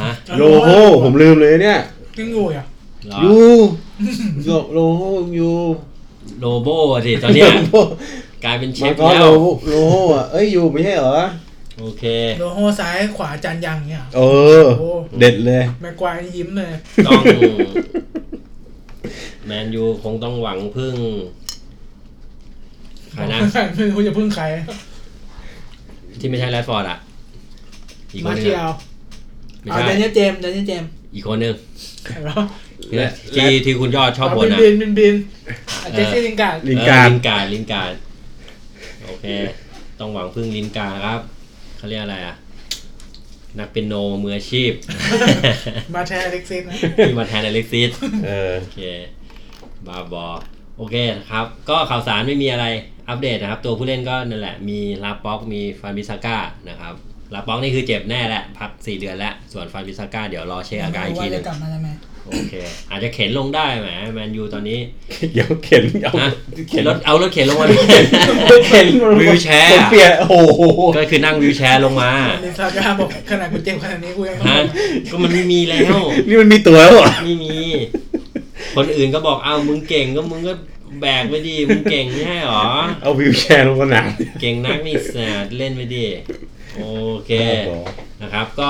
S1: ฮะ
S3: โลโฮผมลืมเลยเนี่ย
S2: ยังอยู่อ่ะ
S1: รอ
S3: ยูโลโลโฮยู
S1: โลโบอะสิตอนเนี้ย
S3: โลโฮ
S1: กลายเป็นเช
S3: มา
S1: ฟ
S3: ก็
S1: แล้
S3: โล
S1: ว
S3: โฮโลโฮอ่ะเอ้ยยูไม่ใช่เหรอ
S1: โอเค
S2: โลโฮซ้ายขวาจันยังเนี่ย
S3: เออ
S2: โอ้
S3: เด็ดเลย
S2: แม็กควายยิ้มเลย
S1: ต้อง แมนยูคงต้องหวังพึ่งใครนะ
S2: ไม่รู้จะพึ่งใคร
S1: ที่ไม่ใช่แรดฟอร์ดอ่ะ อีกค
S2: มาน
S1: นึ
S2: เที่
S1: ง
S2: ย
S1: อะ
S2: ว
S1: ไม่
S2: เอา
S1: ใช่
S2: แดนเนียลเจมส์แดนเนียลเจมส์
S1: อีกคนนึง
S2: ใครวะ
S1: เนี่ยที่ที่คุณยอดชอบ
S2: เา
S1: บ่นอ่ะ
S2: บินบินบินอ่ะเจสซี่ลิงการ์ด
S3: ลิงการด
S1: เออลิงการดลิงการดโอเค ต้องหวังพึ่งลิงการดครับเขาเรียกอะไรอ่ะ นักเป็นโนมืออา ชีพ
S2: มาแทนอเล็กซิสนะ
S1: ที่มาแทนอเล็กซิส
S3: เออ
S1: โอเคบาบอโอเคครับ ก็ข่าวสารไม่มีอะไรอัปเดตนะครับ ตัวผู้เล่นก็นั่นแหละ มีลาป็อกมีฟานบิซาก้านะครับลาป็อกนี่คือเจ็บแน่แหละ พัก 4 เดือนแล้ว ส่วนฟานบิซาก้าเดี๋ยวรอเช็คอาการอีกทีหนึง
S2: ว่จะกลับมาได้ไหม
S1: โอเค อาจจะเข็นลงได้แหมแมนยูตอนนี้
S3: เดี๋ยวเข็นเอา
S1: นะ
S3: เข็น
S1: ร
S3: ร
S1: ถ
S3: ถ
S1: เอารถเข็นลงมาด้วย
S3: เข็น
S1: วิวแชร์
S3: ผมเปลี่ยนโอ้โห
S1: ก็คือนั่งวิวแชร์ลงมา
S2: ลิซาก้าบอกขนาดกูเจ็บขนาดนี้กูยัง
S1: ฮะก็มันไม่มีแล้ว
S3: นี่มันมีตัวแล้วเหรอ
S1: ไม่มี คนอื่นก็บอกอ้าวมึงเก่งก็มึงก็แบกไปดิมึงเก่งไม่ใช่หรอ
S3: เอาวิวแชร์ลงสนาม
S1: เก่งนักนี่แสดเล่นไปดิโอเค นะครับก็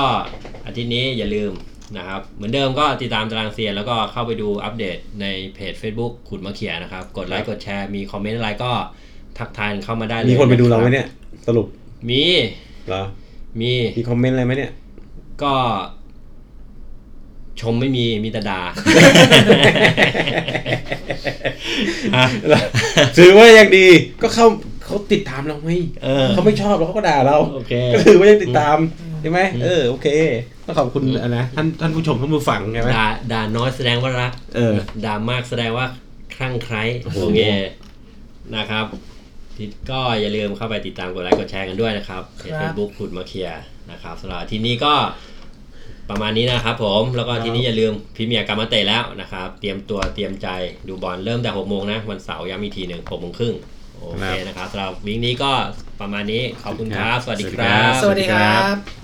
S1: อาทิตย์นี้อย่าลืมนะครับ เหมือนเดิมก็ติดตามตารางเซียนแล้วก็เข้าไปดูอัปเดตในเพจ Facebook ขุดมะเขียนะครับ กดไลค์กดแชร์มีคอมเมนต์อะไรก็ทักทายเข้ามาได้เลย
S3: มีคนไปดูเราไหม
S1: ะ
S3: เนี่ย สรุป
S1: รับมี
S3: เหรอ
S1: มี
S3: มีคอมเมนต์อะไรไหม เนี่ย
S1: ก็ ชมไม่มีมีแต่ดา ฮะ
S3: ถือว่ายังดี ก็เข้าเขาติดตามเราไหม
S1: เออ
S3: เขาไม่ชอบเราเขาก็ด่าเรา
S1: โอเค
S3: ก็ถือว่ายังติดตามใช่ไหม
S1: อืม
S3: เออโอเคต้องขอบคุณอะไรนะท่านท่านผู้ชมท่านผู้ฟังใช่ไหม
S1: ด่าด่าน้อยแสดงว่ารัก
S3: เออ
S1: ด่ามากแสดงว่าคลั่งไคล้
S3: โอ้โห
S1: โอเคนะครับที่ก็อย่าลืมเข้าไปติดตามกดไลค์กดแชร์กันด้วยนะครับเพจเฟซบุ๊กขุดมาเคลียร์นะครับสำหรับอาทีนี้ก็ประมาณนี้นะครับผมแล้วก็ทีนี้อย่าลืมพรีเมียร์กามาเตะแล้วนะครับ เตรียมตัวเตรียมใจดูบอลเริ่มแต่หกโมงนะวันเสาร์ย้ำอีกทีหนึ่งหกโมงครึ่งโอเคนะครับสำหรับวิ่งนี้ก็ประมาณนี้ขอบคุณครับ สวัสดีครับ
S2: สวัสดีครับ